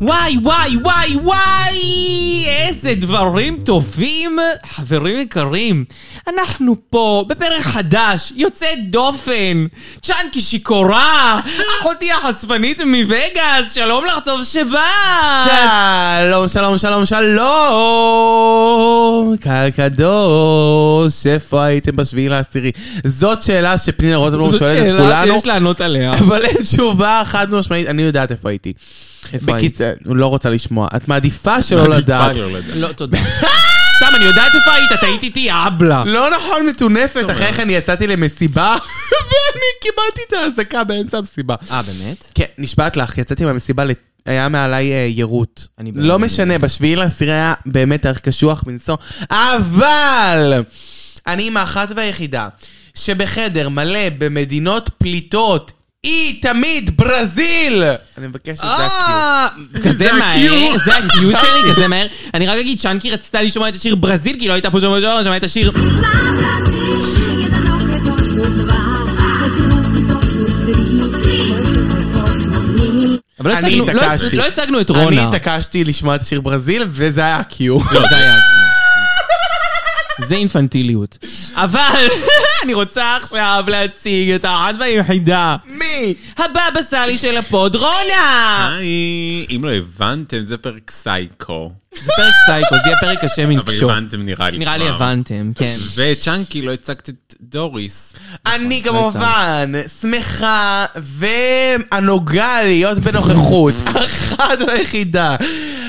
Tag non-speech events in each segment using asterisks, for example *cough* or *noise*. וואי וואי וואי וואי איזה דברים טובים חברים יקרים אנחנו פה בפרק חדש יוצא דופן צ'אנקי שיכורה אחותי החשפנית מווגאס שלום לך טוב שבא שלום, שלום, שלום, שלום! קהל קדוש, איפה הייתם בשביעי לעשירי? זאת שאלה שפנינה רוזנבלום זאת שואלת את שאלה כולנו, שיש לענות עליה אבל לא אין תשובה חד משמעית, אני יודעת איפה הייתי. איפה בקיצור, לא רוצה לשמוע, את מעדיפה שלא מעדיפה לדעת. לא לדעת. לא תודה סתם אני יודעת איפה היית את היית איתי אבלה לא נכון, מטונפת, אחרי כן יצאתי למסיבה, *laughs* ואני קיבלתי את האזעקה באמצע המסיבה. אה באמת? כן, נשבעת לך, יצאתי מהמסיבה, לת- היה מעליי אה, יירוט. אני באמת- לא משנה, בשביעי לעשירי היה באמת ערך קשוח מנשוא, אבל אני עם האחת והיחידה שבחדר מלא במדינות פליטות, היא תמיד ברזיל! אני מבקש את זה הקיום. אה, כזה זה מהר, הקיו. זה *laughs* הקיו שלי, כזה מהר. אני רק אגיד, צ'אנקי רצתה לשמוע את השיר ברזיל, כי לא הייתה פה שומעת שומעת, שמעה את השיר... אבל לא אני הצגנו- לא התעקשתי. הצ- לא הצגנו את רונה. אני התעקשתי לשמוע את השיר ברזיל, וזה היה הקיום. לא, זה היה עצוב. זה אינפנטיליות. אבל *laughs* אני רוצה עכשיו להציג את האחת והיחידה. מי? הבבא סאלי של הפוד, רונה! היי, אם לא הבנתם, זה פרק סייקו. זה פרק סייקו, זה יהיה פרק קשה אבל מנפשו. הבנתם נראה לי נראה לי כבר. הבנתם, כן. וצ'אנקי, לא הצגת את דוריס. אני נכון, כמובן שמחה והנוגה להיות *laughs* בנוכחות, אחת והיחידה.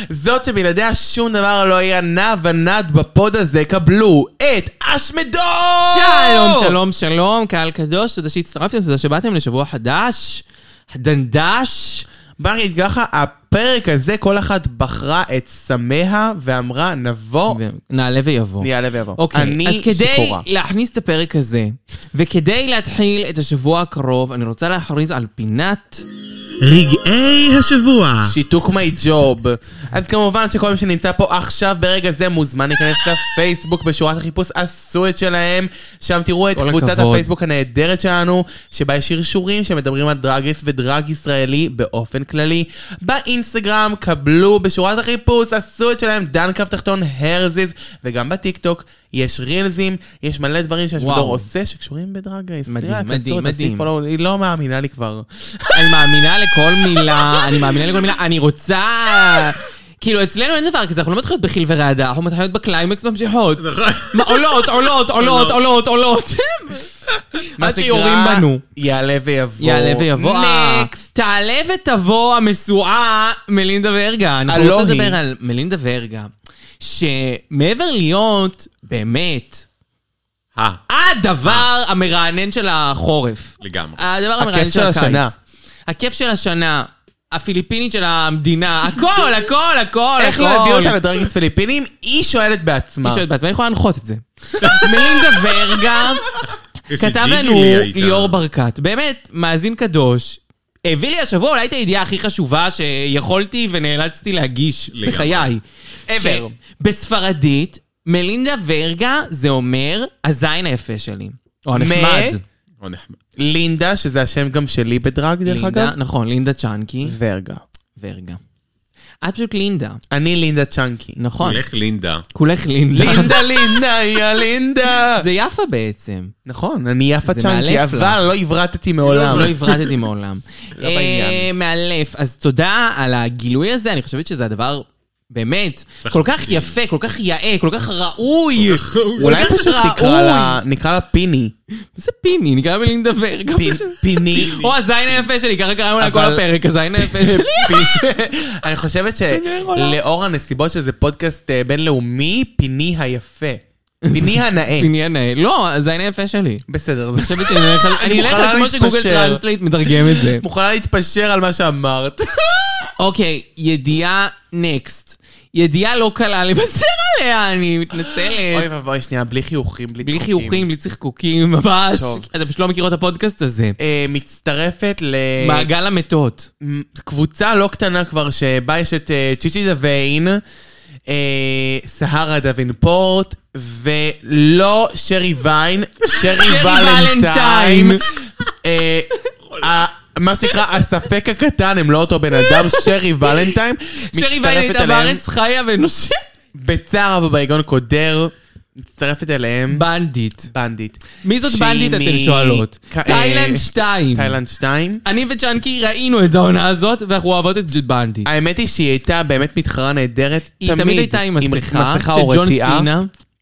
זאת שבלעדיה שום דבר לא יהיה נע ונד בפוד הזה, קבלו את אשמדור! שלום, שלום, שלום, קהל קדוש, תודה שהצטרפתם, תודה שבאתם לשבוע חדש, הדנדש. בר יגיד ככה, הפרק הזה כל אחת בחרה את סמיה ואמרה נבוא, נעלה ויבוא. נעלה ויבוא. אוקיי, אז אני כדי שיכורה. להכניס את הפרק הזה, וכדי להתחיל את השבוע הקרוב, אני רוצה להכריז על פינת... רגעי השבוע. שיתוק מי ג'וב. אז כמובן שכל מי שנמצא פה עכשיו ברגע זה מוזמן להיכנס לפייסבוק בשורת החיפוש עשו את שלהם. שם תראו את כל קבוצת הכבוד. הפייסבוק הנהדרת שלנו, שבה יש שרשורים שמדברים על דרגיס ודרג ישראלי באופן כללי. באינסטגרם קבלו בשורת החיפוש עשו את שלהם דן קו תחתון הרזיז, וגם בטיקטוק יש רילזים, יש מלא דברים וואו. שהשמדור עושה שקשורים בדרג הישראלי. מדהים, תעשו את מדהים, זה, מדהים. follow. היא לא מאמינה לי כבר. אני מאמינה לכל מילה, אני מאמינה לכל מילה, אני רוצה... כאילו, אצלנו אין דבר כזה, אנחנו לא מתחילות בחיל ורעדה, אנחנו מתחילות בקליימקס *laughs* ממשיכות. מה, עולות, עולות, עולות, עולות, עולות. מה עד שיורים שנקרא, בנו. יעלה ויבוא. יעלה ויבוא. אה, נקסט. תעלה ותבוא המשואה מלינדה ורגה. אנחנו הלא רוצים היא. לדבר על מלינדה ורגה, שמעבר להיות באמת *laughs* אה, הדבר המרענן של החורף. לגמרי. הדבר המרענן אה. הכיף של של הקיץ. השנה. הכיף של השנה. הפיליפינית של *laughs* המדינה, הכל, הכל, הכל, איך הכל. לא הביאו אותה לדרגס פיליפינים? היא שואלת בעצמה. אה, נכון. היא שואלת בעצמה, היא יכולה להנחות את זה. מלינדה ורגה, כתב שג'יגי לנו לי הייתה. ליאור ברקת, באמת, מאזין קדוש, הביא לי השבוע אולי את הידיעה הכי חשובה שיכולתי ונאלצתי להגיש לגמרי. בחיי. ever. בספרדית, מלינדה ורגה זה אומר הזין היפה שלי. או הנחמד. או נכון. נחמד. לינדה, שזה השם גם שלי בדרג, דרך אגב. לינדה, נכון, לינדה צ'אנקי ורגה. ורגה. את פשוט לינדה, אני לינדה צ'אנקי. נכון. לך לינדה. כולך לינדה. לינדה, לינדה, יא לינדה. זה יפה בעצם. נכון, אני יפה זה צ'אנקי, מאלף לך. אבל לא הברטתי מעולם. לא לא הברטתי מעולם. אה, בעניין. מאלף. אז תודה על הגילוי הזה, אני חושבת שזה הדבר... באמת, כל כך יפה, כל כך יאה, כל כך ראוי. אולי כל כך *laughs* פשוט נקרא ראוי. לא לה, נקרא לה פיני. זה פיני, נקרא לי לדבר. גם פי- פשוט. פיני. או הזין היפה שלי, ככה קראנו לה כל אבל- הפרק, הזין היפה *laughs* שלי. אני חושבת נר עולם. שלאור הנסיבות שזה פודקאסט אה, בינלאומי, פיני היפה. פיני הנאה. פיני הנאה. לא, הזין היפה שלי. בסדר, זה אני חושבת שאני אלך על- אני אלך על כמו מוכנה שגוגל להתפשר. טרנסלייט מתרגם את זה. מוכנה להתפשר על מה שאמרת. אוקיי, ידיעה נקסט. ידיעה לא קלה *laughs* לבשר עליה, אני מתנצלת. *laughs* אוי ואבוי, שנייה, בלי חיוכים, בלי בלי צחוקים. חיוכים, בלי צחקוקים, ממש. טוב. אתה פשוט לא מכיר את הפודקאסט הזה. אה, מצטרפת מעגל המתות. לקבוצה לא קטנה כבר, שבה יש את אה, צ'יצ'י דוויין, אה, סהרה דווינפורט, ולא שרי ויין, שרי שרי ולנטיים. ולנטיים. אה, ה- מה שנקרא, הספק הקטן, הם לא אותו בן אדם, שרי ולנטיים. שרי מצטרפת ויין הייתה אליהם בארץ חיה ונושמת. בצער רב ובהיגון קודר, מצטרפת אליהם בנדיט. בנדיט. מי זאת שהיא בנדיט אתן מ- שואלות? כ- אה, תאילנד 2. תאילנד 2. אני וצ'אנקי ראינו את העונה הזאת, ואנחנו אוהבות את בנדיט. האמת היא שהיא הייתה באמת מתחרה נהדרת. היא תמיד הייתה עם מסכה, או של ג'ון רתיעה. סינה.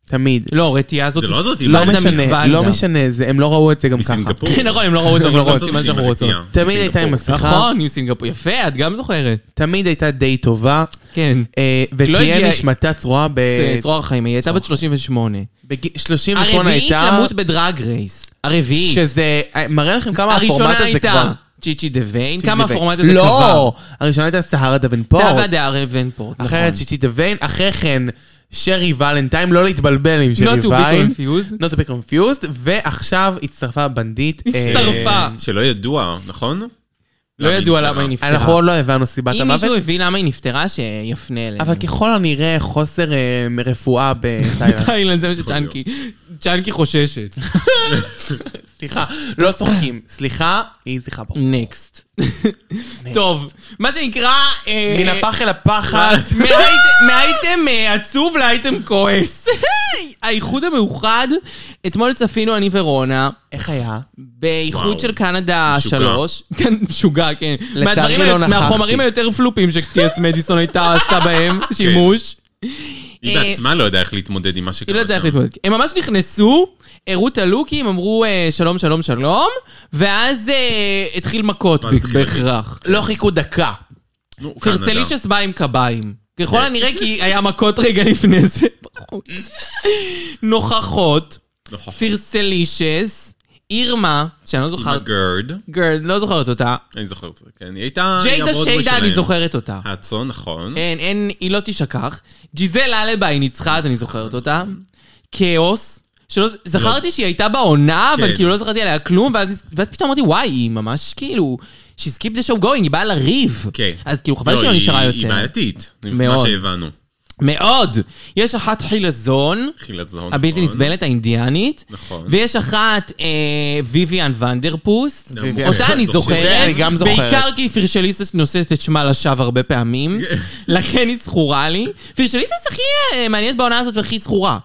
תמיד. לא, רתיעה זאת. זה לא זאת, היא לא בנדיט. משנה, משנה, לא משנה, זה- הם לא ראו את זה גם ככה. מסינגפור. *laughs* נכון, הם לא ראו אותנו, *laughs* הם הם לא לא ראו ראו את מה שאנחנו רוצות. תמיד הייתה עם מסכה. נכון, עם סינגפור. יפה, את גם זוכרת. תמיד הייתה די טובה, כן. אה, לא ותהיה הגיעה- נשמתה צרועה ב... זה צרור החיים, היא הייתה בת 38. בגיל 38 הרביעית הייתה, למות בדרג רייס. הרביעית. שזה... אה, מראה לכם כמה הפורמט הראשונה הזה כבר... הייתה צ'יצ'י דה ויין, כמה הפורמט הזה קבע. לא! הראשונה הייתה סהרה דווינפורט. סבא דה הרי ונפורט, נכון. אחרת שיצ'י דה ויין, אחרי כן שרי ולנטיים, לא להתבלבל עם שרי Not to be ויין. confused. Not to be confused, ועכשיו הצטרפה בנדיט. הצטרפה. לא אה, שלא ידוע, נכון? לא ידוע למה היא אה, נפטרה. אנחנו עוד לא הבנו סיבת אם המוות, מישהו הבין למה היא נפטרה, שיפנה אלינו. *laughs* אבל ככל הנראה חוסר אה, רפואה בתאילנד. תאילנד זה מה שצ'אנקי, צ'אנקי *laughs* חוששת. סליחה, לא צוחקים. סליחה, יהי זכרה ברור. נקסט. טוב, מה שנקרא... אה, מן הפח אל *laughs* הפחת. מהאייט- מהאייטם אה, עצוב לאייטם כועס. *laughs* האיחוד המאוחד, אתמול צפינו אני ורונה. איך היה? באיחוד וואו. של קנדה משוגע. שלוש. *laughs* כן, משוגע, כן. לצערי מהדברים לא היותר- נכחתי. מהחומרים היותר פלופים שטיאס מדיסון הייתה עשתה *laughs* בהם כן. שימוש. היא אה, בעצמה לא יודעה איך להתמודד עם מה שקרה היא כן, לא יודעת איך שם. להתמודד. הם ממש נכנסו, הראו את הלוקים, אמרו אה, שלום, שלום, שלום, ואז אה, התחיל מכות ואז התחיל בהכרח. לא חיכו דקה. נו, קנדה. פרסלישס בא עם קביים. ככל כן. הנראה כי היה מכות רגע לפני זה בחוץ. נוכחות, נכון. פרסלישס, אירמה, שאני לא עם זוכרת, הגרד. גרד, לא זוכרת אותה. אני זוכר את זה, כן. היא הייתה... היא ג'יידה הברודווי שיידה, אני שלהם. זוכרת אותה. הצאן, נכון. אין, אין, היא לא תשכח. ג'יזל אלבה היא ניצחה, אז אני זוכרת אותה. כאוס. שלא, ז- זכרתי שהיא הייתה בעונה, אבל לא. כן. כאילו לא זכרתי עליה כלום, ואז, ואז פתאום אמרתי, וואי, היא ממש כאילו, she skipped the show going, היא באה לריב. כן. אז כאילו, חבל לא, שהיא לא היא- נשארה היא יותר. בעייתית. מאוד. מאוד. מה שהבנו. מאוד. יש אחת חילזון, חילת זהון. הבלתי נכון. נסבלת, האינדיאנית. נכון. ויש אחת, אה, ויויאן ונדרפוס. גם ויויאן אותה אני זוכרת. אני גם זוכר. בעיקר כי פירשליסס נושאת את שמה לשווא הרבה פעמים, לכן היא זכורה לי. פירשליסס הכי אה, מעניינת בעונה הזאת והכי זכורה.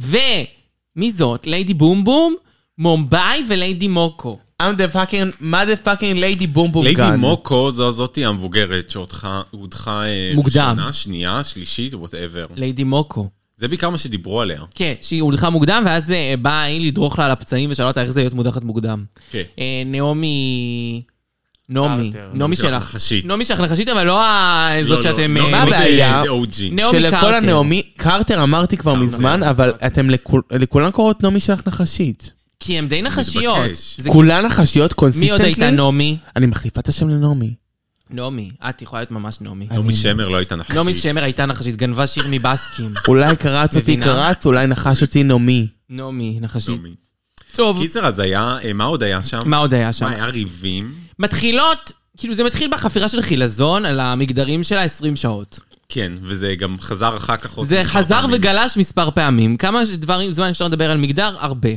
ומי זאת? ליידי בום בום, מומבאי וליידי מוקו. I'm the fucking, מה the fucking lady בום בום גן. ליידי מוקו זו הזאתי המבוגרת שהודחה הודחה, אה, מוקדם. ראשונה, שנייה, שלישית, וואטאבר. ליידי מוקו. זה בעיקר מה שדיברו עליה. כן, שהיא הודחה מוקדם, ואז אה, באה היא לדרוך לה על הפצעים ושאלה אותה איך זה להיות מודחת מוקדם. כן. אה, נעמי... נעמי. קרטר. נעמי שלך שלך. נחשית. נעמי שלך נחשית, אבל לא ה- זאת לא, לא, שאתם... לא, אה, לא, מה לא, הבעיה? אה, OG. נעמי שלכל קרטר. הנעמי, קרטר אמרתי כבר מזמן, אבל אתם לכול- לכולן קוראות נעמי שלך נחשית. כי הן די נחשיות. מתבקש. זה- כולן נחשיות מי עוד הייתה קונסיסטנטלי? נעמי? אני מחליפה את השם לנעמי. נעמי. את יכולה להיות ממש נעמי. נעמי שמר לא הייתה נחשית. נעמי שמר הייתה נחשית, גנבה שיר מבסקים. *laughs* אולי קרץ אותי מבינה? קרץ, אולי נחש אותי נעמי. נעמי, נחשית. נעמי. טוב, קיצר, אז היה, אה, מה עוד היה שם? אה, מה עוד היה שם? מה, היה ריבים? מתחילות, כאילו זה מתחיל בחפירה של חילזון על המגדרים שלה 20 שעות. כן, וזה גם חזר אחר כך. עוד זה מספר חזר פעמים. וגלש מספר פעמים. כמה ש- דברים, זמן אפשר לדבר על מגדר? הרבה.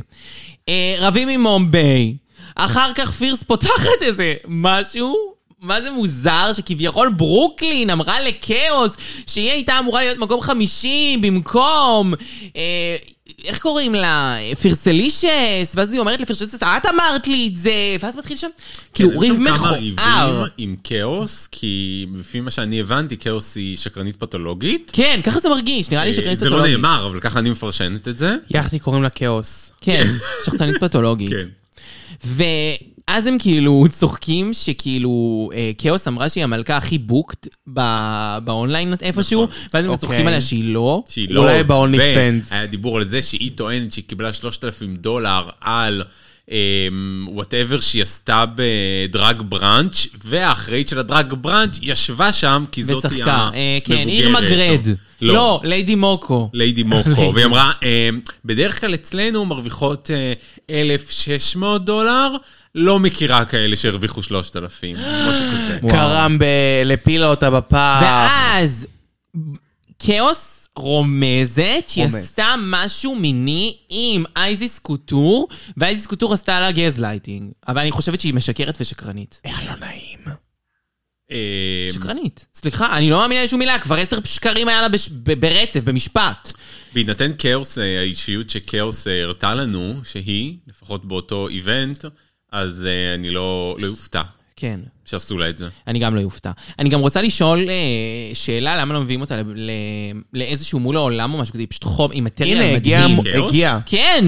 אה, רבים עם מומביי. אחר כך פירס פותחת איזה משהו. מה זה מוזר שכביכול ברוקלין אמרה לכאוס שהיא הייתה אמורה להיות מקום חמישי במקום... אה, איך קוראים לה? פירסלישס? ואז היא אומרת לפירסלישס, את אמרת לי את זה! ואז מתחיל שם, כאילו, ריב היו כן, שם כמה מכוער. ריבים עם כאוס, כי לפי מה שאני הבנתי, כאוס היא שקרנית פתולוגית. כן, ככה זה מרגיש, נראה לי שקרנית זה לא פתולוגית. נאמר, אבל ככה אני מפרשנת את זה. יחתי קוראים לה כאוס. כן, שחצנית פתולוגית. כן. ואז הם כאילו צוחקים שכאילו אה, כאוס אמרה שהיא המלכה הכי בוקט ב- באונליין איפשהו, ואז הם אוקיי. צוחקים עליה שהיא לא. שהיא אולי לא... ב-Only ו- Fans. היה דיבור על זה שהיא טוענת שהיא קיבלה 3,000 דולר על וואטאבר שהיא עשתה בדרג בראנץ', והאחראית של הדרג בראנץ' ישבה שם, כי זאת היא וצחקה. אה, המבוגרת. כן, עיר מגרד. לא. לא, ליידי מוקו. ליידי מוקו, והיא אמרה, אה, בדרך כלל אצלנו מרוויחות אה, 1,600 דולר, לא מכירה כאלה שהרוויחו 3,000, משהו כזה. לא. קרם ב... לפילה אותה בפח. ואז כאוס רומזת שהיא רומז. עשתה משהו מיני עם אייזיס קוטור, ואייזיס קוטור עשתה לה גז לייטינג. אבל אני חושבת שהיא משקרת ושקרנית. איך לא נעים. אה, שקרנית. סליחה, אני לא מאמינה לשום מילה, כבר עשר שקרים היה לה בש... ב- ברצף, במשפט. בהינתן כאוס, אה, האישיות שכאוס אה, הרתה לנו, שהיא, לפחות באותו איבנט, אז אה, אני לא לא אופתע כן. שעשו לה את זה. אני גם לא אופתע. אני גם רוצה לשאול אה, שאלה, למה לא מביאים אותה ל- ל- לאיזשהו מול העולם או משהו כזה, היא פשוט חום, היא מטריה הנה, הגיע... מדהים. כאוס? הגיע. כן!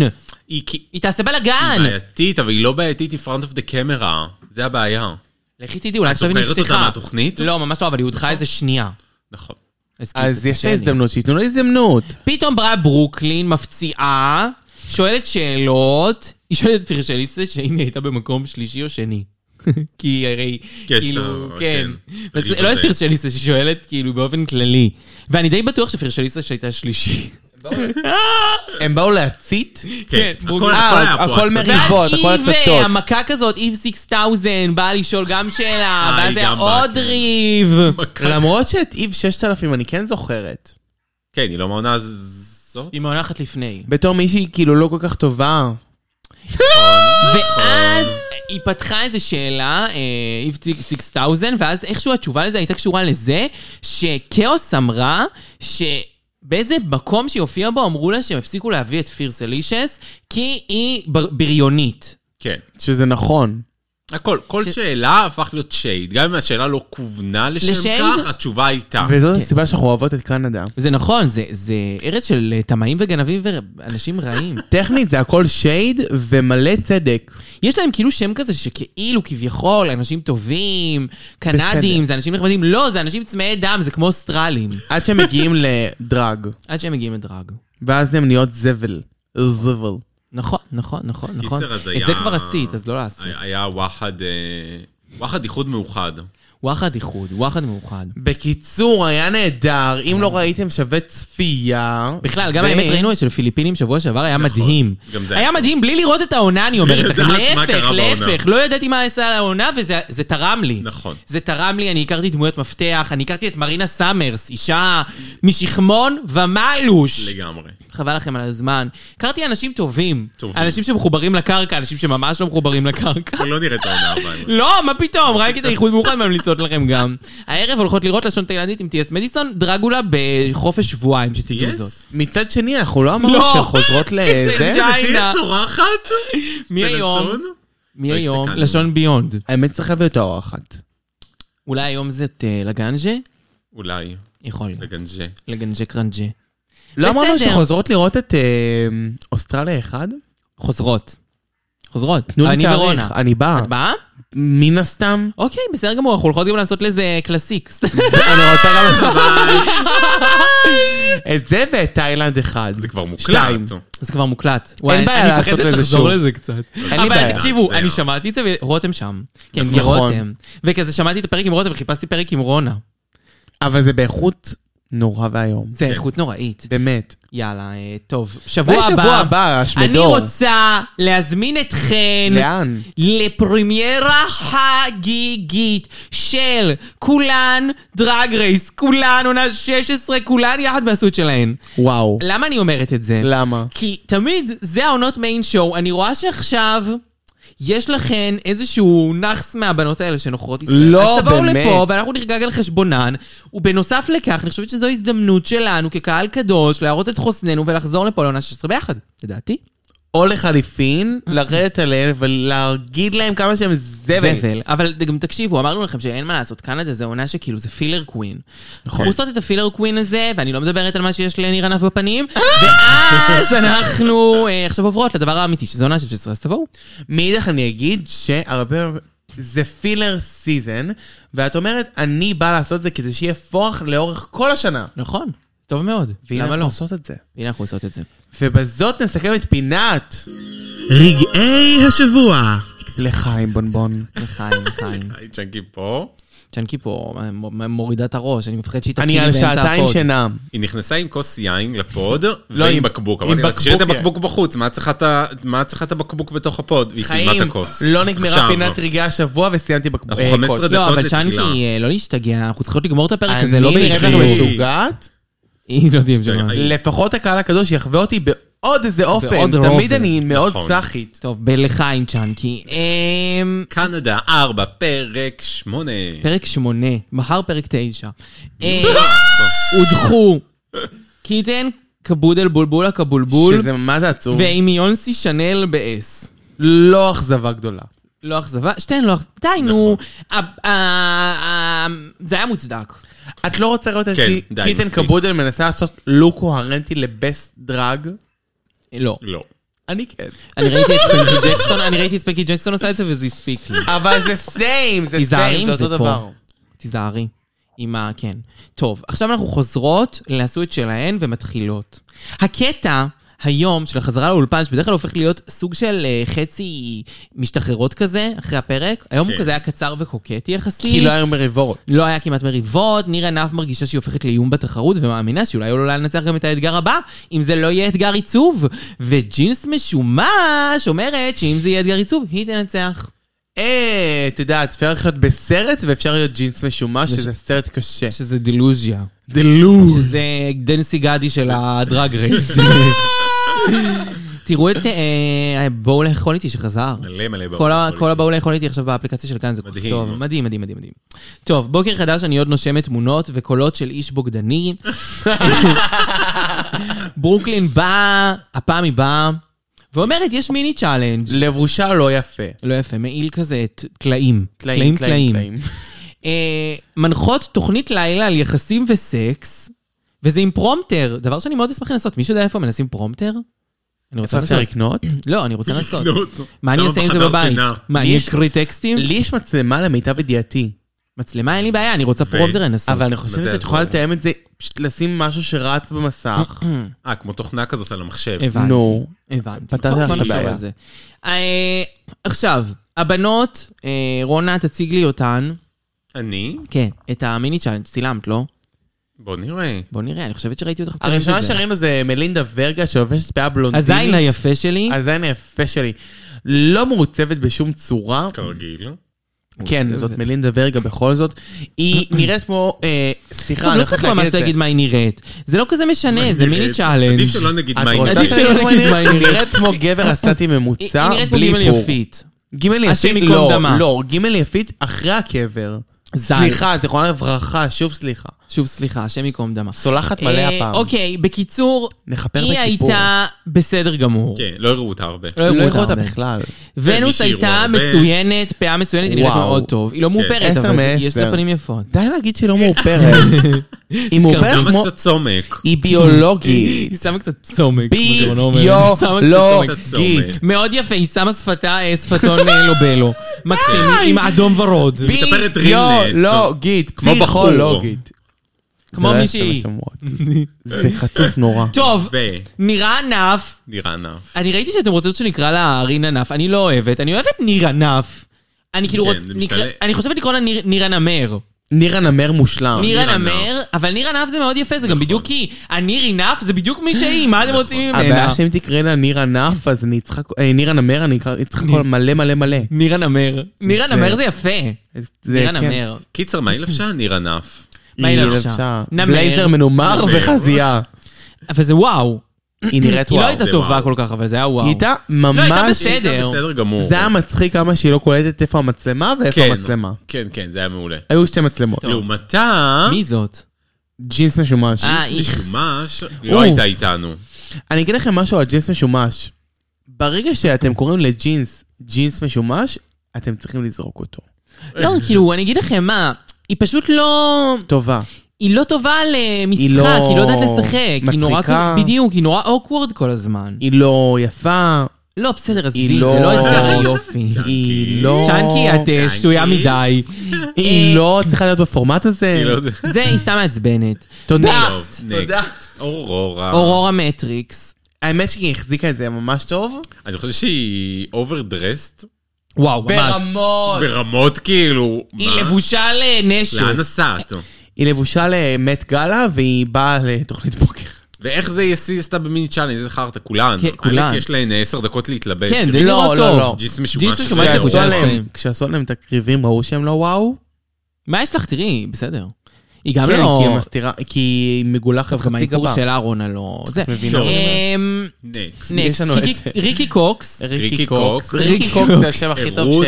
היא כי- היא תעשה בלאגן! היא בעייתית, אבל היא לא בעייתית in front of the camera. זה הבעיה. לכי תדעי, אולי עכשיו היא נפתחה. זוכרת אותה מהתוכנית? לא, ממש לא, אבל היא הודחה איזה שנייה. נכון. כאילו, אז זה יש קשה לה לי. הזדמנות, שייתנו לה הזדמנות. פתאום באה ברוקלין, מפציעה, שואלת שאלות, היא שואלת את פרשליסה שאם היא הייתה במקום שלישי או שני. *laughs* כי הרי, יש כאילו, לה- כן. כן, ואז ריב לא את הזה. פרשליסה ששואלת, כאילו, באופן כללי. ואני די בטוח שפרשליסה שהייתה שלישי. הם באו להצית? כן, כן, הכל ברור. הכל אה, היה פה. הכל הצגה. מריב. *laughs* ריבות, הכל ואז היא הצתות. והמכה כזאת, איב 6000, באה לשאול גם שאלה, אה, ואז היא היה גם באה, עוד כן. ריב. למרות שאת איב 6000 אני כן זוכרת. כן, היא לא מהעונה הזאת. היא מעונה אחת לפני. בתור מישהי כאילו לא כל כך טובה. ואז היא פתחה איזו שאלה, אה, If Tick 6000, ואז איכשהו התשובה לזה הייתה קשורה לזה שכאוס אמרה ש... באיזה מקום שהיא הופיעה בו אמרו לה שהם הפסיקו להביא את פירס אלישס כי היא בר- בריונית. כן. שזה נכון. הכל, כל ש- שאלה הפך להיות שייד. גם אם השאלה לא כוונה לשם לשייד? כך, התשובה הייתה. וזאת הסיבה שאנחנו אוהבות את קנדה. זה נכון, זה, זה ארץ של אה, טמאים וגנבים ואנשים רעים. טכנית זה הכל שייד ומלא צדק. יש להם כאילו שם כזה שכאילו כביכול אנשים טובים, קנדים, בסדר. זה אנשים נחמדים, לא, זה אנשים צמאי דם, זה כמו אוסטרלים. עד שהם מגיעים *laughs* לדרג, עד שהם מגיעים לדרג. ואז הם נהיות זבל. זבל. נכון, נכון, נכון, נכון. קיצר, אז את היה- זה כבר עשית, אז לא לעשית. היה- היה וואחד, אה, וואחד איחוד מאוחד. וואחד איחוד, וואחד מאוחד. בקיצור, היה נהדר, אם לא ראיתם שווה צפייה. בכלל, גם ו- האמת ראינו של פיליפינים שבוע שעבר, היה מדהים. נכון. גם זה היה היה. מדהים בלי לראות את העונה, אני *laughs* אומרת לכם. לדעת מה להפך, קרה בעונה. להפך. לא ידעתי מה עשה על העונה, וזה זה תרם לי. נכון. זה תרם לי, אני הכרתי דמויות מפתח, אני הכרתי את מרינה סמרס, אישה משכמון ומלוש. לגמרי. חבל לכם על הזמן. הכרתי אנשים טובים. טובים. אנשים שמחוברים לקרקע, אנשים שממש לא מחוברים לקרקע. *laughs* לא נראה את העונה הבאה. לא, מה פתאום, רק את האיחוד מאוחד ממליצות לכם גם. הערב הולכות לראות לשון תאילנדית עם טי.אס מדיסון, דרגולה בחופש שבועיים, שתדעו Yes? זאת. מצד שני, אנחנו לא אמרנו לא. *laughs* שחוזרות לזה. זה- זה תהיה ג'יינה. צורחת? מי היום? בלשון? מי לא היום? הסתכלנו. לשון ביונד. האמת צריך להביא אותה אורחת. אולי היום זאת אה, לגנג'ה? אולי, יכול להיות. לגנג'ה. לגנג'ה קרנג'ה. לא אמרנו בסדר. שחוזרות לראות את אה, אוסטרליה אחד? חוזרות. חוזרות. תנו לי אני תאריך, ורונה. אני באה. את באה? *laughs* מן הסתם. אוקיי, בסדר גמור, אנחנו הולכות גם לעשות לזה קלאסיק. *laughs* אני רוצה גם... את זה ואת תאילנד אחד. זה כבר מוקלט. שתיים. זה כבר מוקלט. אין בעיה לעשות אני לזה מפחדת לחזור שוב. לזה קצת. אין לי בעיה. אבל תקשיבו, זהו. אני שמעתי את זה ורותם שם. כן, נכון. כי רותם. וכזה שמעתי את הפרק עם רותם וחיפשתי פרק עם רונה. אבל זה באיכות נורא ואיום. זה איכות נוראית. באמת. יאללה, אה, טוב. שבוע אולי הבא. שבוע הבא, אני אשמדור. רוצה להזמין אתכן לאן? לפרמיירה חגיגית של כולן דרג רייס, כולן עונה 16, כולן יחד בעשות שלהן. וואו. למה אני אומרת את זה? למה? כי תמיד זה העונות מיין שואו. אני רואה שעכשיו יש לכן איזשהו נאחס מהבנות האלה שנוכרות ישראל. לא, אז תבואו באמת. לפה ואנחנו נרגג על חשבונן, ובנוסף לכך, אני חושבת שזו הזדמנות שלנו כקהל קדוש להראות את חוסננו ולחזור לפה לעונה 16 ביחד, לדעתי. או לחליפין, לרדת עליהם ולהגיד להם כמה שהם זבל. זבל. אבל גם תקשיבו, אמרנו לכם שאין מה לעשות, קנדה זה עונה שכאילו זה פילר נכון. קווין. אנחנו עושות את הפילר קווין הזה, ואני לא מדברת על מה שיש לניר ענף בפנים, *laughs* ואז אנחנו אה, עכשיו עוברות לדבר האמיתי, שזה עונה של 16, אז תבואו. מאידך אני אגיד שהרבה... זה פילר סיזן, ואת אומרת, אני באה לעשות זה כדי שיהיה פורח לאורך כל השנה. נכון, טוב מאוד. והנה למה אנחנו לא? עושות את זה. והנה אנחנו עושות את זה. ובזאת נסכם את פינת. רגעי השבוע. לחיים בונבון. לחיים, לחיים. היי, צ'אנקי פה. צ'נקי פה מ- מ- מורידה את הראש, אני מפחד שהיא אני תפיל על כאילו באמצע שעתיים הפוד. שינה. היא נכנסה עם כוס יין לפוד, עם- ועם בקבוק. עם אמרתי לה, בקבוק תשאירי את יין." הבקבוק בחוץ, מה את צריכה את ה- מה את צריכה את הבקבוק בתוך הפוד? והיא סיימה חיים, את הכוס. לא נגמרה עכשיו. פינת רגעי השבוע וסיימתי בקבוק. אנחנו 15 לא, אבל דקות לתחילה. צ'אנקי, אה, לא להשתגע, אנחנו צריכות לגמור את הפרק הזה, אני לא נראית לך באיחור. *laughs* משוגעת? היא לא תהיה משלמה. שתי- לפחות הקהל הקדוש יחווה אותי בעוד איזה אופן. בעוד תמיד רובד. אני מאוד נכון. סאחית. טוב, בלחיים צ'אנקי. אמ, קנדה 4, פרק 8. פרק שמונה, מחר פרק תשע. אה, הודחו. כי ייתן כבודל בולבול הכבולבול, שזה מה זה עצוב. ועם יונסי שנל באס. לא אכזבה גדולה. לא אכזבה, שתיהן לא אכזבה, די נו, נכון. ה- ה- ה- זה היה מוצדק. את לא רוצה לראות את כן, קי- די, קיטן מספיק. קבודל מנסה לעשות לוק קוהרנטי לבסט דרג? לא. לא. אני כן. אני ראיתי את ספנקי ג'קסון, אני ראיתי את ספנקי ג'קסון עושה את זה וזה הספיק לי. אבל זה *laughs* סיים, זה תיזהרי סיים, עם זה זה אותו פה. דבר. תיזהרי. עם ה... כן. טוב, עכשיו אנחנו חוזרות לעשו את שלהן ומתחילות. הקטע היום של החזרה לאולפן, שבדרך כלל הופך להיות סוג של אה, חצי משתחררות כזה, אחרי הפרק, היום הוא כן. כזה היה קצר וקוקטי יחסית. כי לא היו מריבות. לא היה כמעט מריבות, נירה נף מרגישה שהיא הופכת לאיום בתחרות ומאמינה שאולי לא עולה לנצח גם את האתגר הבא, אם זה לא יהיה אתגר עיצוב. וג'ינס משומש אומרת שאם זה יהיה אתגר עיצוב, היא תנצח. אה, את יודעת, אפשר לחיות בסרט ואפשר להיות ג'ינס משומש, שזה סרט קשה. שזה דילוז'יה. דלוז. זה דנסי גדי של הדרג רייס. תראו את אה, בואו לאכול איתי שחזר. מלא מלא כל ה- בעולם. כל הבאו לאכול איתי עכשיו באפליקציה של כאן, זה כל כך מדהים. טוב. מדהים, מדהים, מדהים, מדהים. טוב, בוקר חדש, אני עוד נושמת תמונות וקולות של איש בוגדני. ברוקלין באה, הפעם היא באה, ואומרת, יש מיני צ'אלנג'. לבושה לא יפה. לא יפה, מעיל כזה, ט- טלאים. טלאים, טלאים, טלאים. אה, מנחות תוכנית לילה על יחסים וסקס, וזה עם פרומטר, דבר שאני מאוד אשמח לנסות. מישהו יודע איפה מנסים פרומטר? אני רוצה אפשר לנסות. לקנות? לא, אני רוצה לנסות. נו, נו. מה אני למה אעשה עם זה בחדר בבית? לא, שינה? מה, אני יש- אקריא טקסטים? לי יש מצלמה למיטב ידיעתי, מצלמה אין לי בעיה, אני רוצה פרומטר לנסות. אבל אני מה חושבת זה שאת יעזור? יכולה לתאם את זה, פשוט לשים משהו שרץ *clears throat* במסך. אה, כמו תוכנה כזאת על המחשב. הבנתי. נו. הבנתי. פתרת טוב, לך בוא את נחשוב הבעיה. על זה. אה, עכשיו, הבנות, אה, רונה, תציג לי אותן. אני? כן, את המיני צ'אלנג' צילמת, לא? בוא נראה. בוא נראה, אני חושבת שראיתי אותך מצלמת את זה. הראשונה שראינו זה מלינדה ורגה שלובשת פאה בלונדינית. הזין היפה שלי. הזין היפה שלי. לא מעוצבת בשום צורה. כרגיל. כן, מעוצבת. זאת מלינדה ורגה בכל זאת. *clears throat* היא נראית כמו... אה, טוב, סליחה, אני לא לא חייבת צריך ממש להגיד מה היא נראית. זה לא כזה משנה, זה מיני צ'אלנג'. אה, עדיף שלא נגיד מה את היא רוצה עדיף נראית. שלא נגיד שאני אגיד מה היא היא נראית. נראית כמו גבר עשיתי היא היא ממוצע, נראית כמו בלי גימל איפור. יפית. גימל השם יפית, ייקום לא, דמה. לא, גימל יפית אחרי הקבר. ז"ל. סליחה, זיכרונה לברכה, שוב סליחה. שוב, סליחה, השם ייקום דמה. סולחת מלא אה, הפעם. אוקיי, בקיצור, נכפר היא בכיפור. הייתה בסדר גמור. כן, לא הראו אותה הרבה. לא לא הראו הראו אותה אותה הרבה. בכלל. ונוס מישהי הייתה רואה הרבה. מצוינת, פאה מצוינת, היא נראית וואו. מאוד טוב. כן. היא לא מאופרת, עשר אבל זה- מעשר. יש לה פנים יפות. די להגיד כן. שהיא לא *laughs* מאופרת. היא מאופרת למה אה, כמו... קצת צומק? היא ביולוגית. היא שמה קצת צומק, כמו שרונה אומרת. היא שמה קצת לא. צומק. ביולוגית. צומק. מאוד יפה, היא שמה שפתה, אה, שפתון אה, לובלו. מקסים, עם אדום ורוד. מדברת רילס. ביולוגית. כמו בחור. פסיכולוגית. כמו זה לא מישהי. יפה מה שאומרות. זה חצוף נורא. טוב, ונירה נירה ענף, נף. אני ראיתי שאתם רוצות שנקרא לה רינה נף, אני לא אוהבת, אני אוהבת נירה נף. אני כאילו כן, רוצה, זה נקרא- משתלם. אני חושבת לקרוא לה ניר- נירה נמר. נירה נמר מושלם. נירה אה, נירה נכון. נמר, אבל נירה נף זה מאוד יפה, זה גם בדיוק כי הנירי נף זה בדיוק מי שהיא, מה אתם רוצים ממנה? הבעיה שאם תקראי לה נירה נף, אז אני אצחק... אה, נירה נמר, אני אקרא- אצחק כל מלא מלא מלא. נירה נמר. נירה זה- נמר זה יפה. זה- נירה כן. לא נמר. קיצר, מה היא לבשה? נירה נף. מה היא לבשה? נמר. בלייזר מנומר נמר. וחזייה. אבל זה וואו. היא נראית היא וואו. לא הייתה זה טובה וואו. כל כך, אבל זה היה וואו. היא הייתה לא, היא הייתה ממש... בסדר. אה, בסדר גמור. אה, זה היה מצחיק כמה שהיא לא קולטת איפה המצלמה ואיפה כן. המצלמה. כן, כן, זה היה מעולה. היו שתי מצלמות. לעומתה, מי זאת? ג'ינס משומש. אה, איכס. משומש אוף. לא הייתה איתנו. אני אגיד לכם משהו על ג'ינס משומש. ברגע שאתם קוראים לג'ינס ג'ינס משומש, אתם צריכים לזרוק אותו. לא, כאילו, אני אגיד לכם מה, היא פשוט לא... טובה. היא לא טובה למשחק, היא היא לא, לא יודעת לשחק, היא נורא מצחיקה. כזה, בדיוק, היא נורא אוקוורד כל הזמן. היא לא יפה, לא, בסדר, עזבי, היא זה לא לא- אתגר היופי. היא לא... צ'אנקי, את אה, שטויה מדי. אה, היא לא צריכה להיות בפורמט הזה. היא לא יודעת. *laughs* זה, היא סתם מעצבנת. תודה. טוב, Next. next. אורורה. אורורה מטריקס. האמת שהיא החזיקה את זה ממש טוב. אני חושב שהיא אוברדרסט. וואו, ממש. ברמות. ברמות כאילו, היא מה? לבושה לנשק. לאן נסעת? היא לבושה למט גאלה והיא באה לתוכנית בוקר. ואיך זה יסי עשתה במיני צ'אלנג' איזה חרטא, כולן. כן, כולן. עלק, יש להן עשר דקות להתלבש. כן, כאילו, די לא, נורא לא, לא. טוב. ג'יס משומש. ג'יס משומש, זה לבושה כשעשו אורורה. יפה. עליהם- כשעשו עליהם את הקריבים ראו שהם לא וואו. מה יש לך? תראי, בסדר. היא גם כן, לא... כי היא מסתירה, כי היא מגולה גם חצי האיפור גבה. של אהרון הלא... זה. מבינה. טוב. אמ, יש נקסט. נקסט, לנו ריקי- את- ריקי קוקס. ריקי ריקי קוקס. קוקס. ריקי קוקס זה השם הכי טוב ש...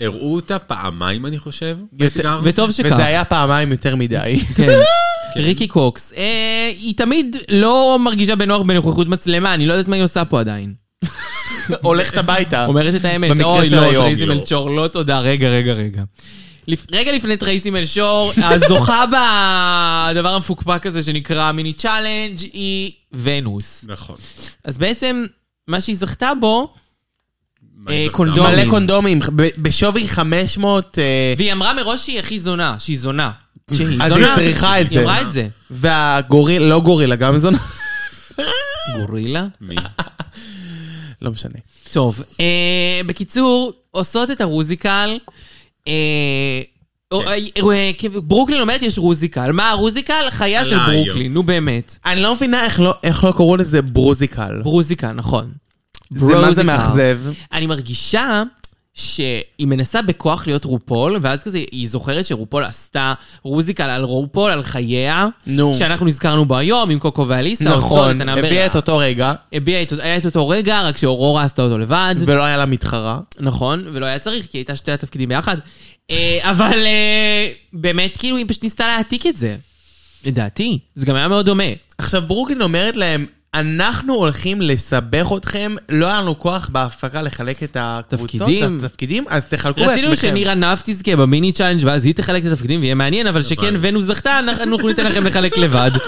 הראו אותה פעמיים, אני חושב. יותר- באתגר. וטוב שכך. וזה היה פעמיים יותר *laughs* מדי. כן. ריקי קוקס. אה, היא תמיד לא מרגישה בנוח בנוכחות מצלמה, אני לא יודעת מה היא עושה פה עדיין. הולכת הביתה. אומרת את האמת. במקרה אוי, של לא, היום. טרייסי לא. מלצ'ור, לא תודה. רגע, רגע, רגע. לפ- רגע לפני טרייסי *laughs* מלשור, הזוכה בדבר המפוקפק הזה שנקרא מיני צ'אלנג' היא ונוס. נכון. אז בעצם, מה שהיא זכתה בו, מה היא אה, זכתה? קונדום. מלא מלא קונדומים, ב- בשווי 500, אה, והיא אמרה מראש שהיא הכי זונה, שהיא זונה. שהיא *laughs* אז זונה. היא צריכה את היא זה. אמרה את זה. והגורילה, לא גורילה, גם זונה. *laughs* גורילה? מי? אה, לא משנה. טוב, אה, בקיצור, עושות את הרוזיקל. אה, או- אה, אה, ברוקלין אומרת יש רוזיקל. מה הרוזיקל? חיה של עליי. ברוקלין, נו באמת. אני לא מבינה איך לא- איך לא קראו לזה ברוזיקל. ברוזיקל, נכון. זה מה זה ברוזיקל. מאכזב? אני מרגישה שהיא מנסה בכוח להיות רופול, ואז כזה היא זוכרת שרופול עשתה רוזיקל על רופול, על חייה. נו. שאנחנו נזכרנו בו היום עם קוקו ואליסה. עושות נכון, את הנאמבר- הביאה את אותו רגע, הביאה את- היה את אותו רגע, רק שאורורה עשתה אותו לבד. ולא היה לה מתחרה. נכון, ולא היה צריך, כי הייתה שתי התפקידים ביחד. אה, אבל אה, באמת, כאילו, היא פשוט ניסתה להעתיק את זה. לדעתי. זה גם היה מאוד דומה. עכשיו, ברוקלין אומרת להם, אנחנו הולכים לסבך אתכם, לא היה לנו כוח בהפקה לחלק את הקבוצות, תפקידים. את התפקידים, אז תחלקו בעצמכם. רצינו שנירה נף תזכה במיני צ'אלנג' ואז היא תחלק את התפקידים ויהיה מעניין, אבל שכן ונוס זכתה, אנחנו ניתן לכם לחלק לבד. *laughs*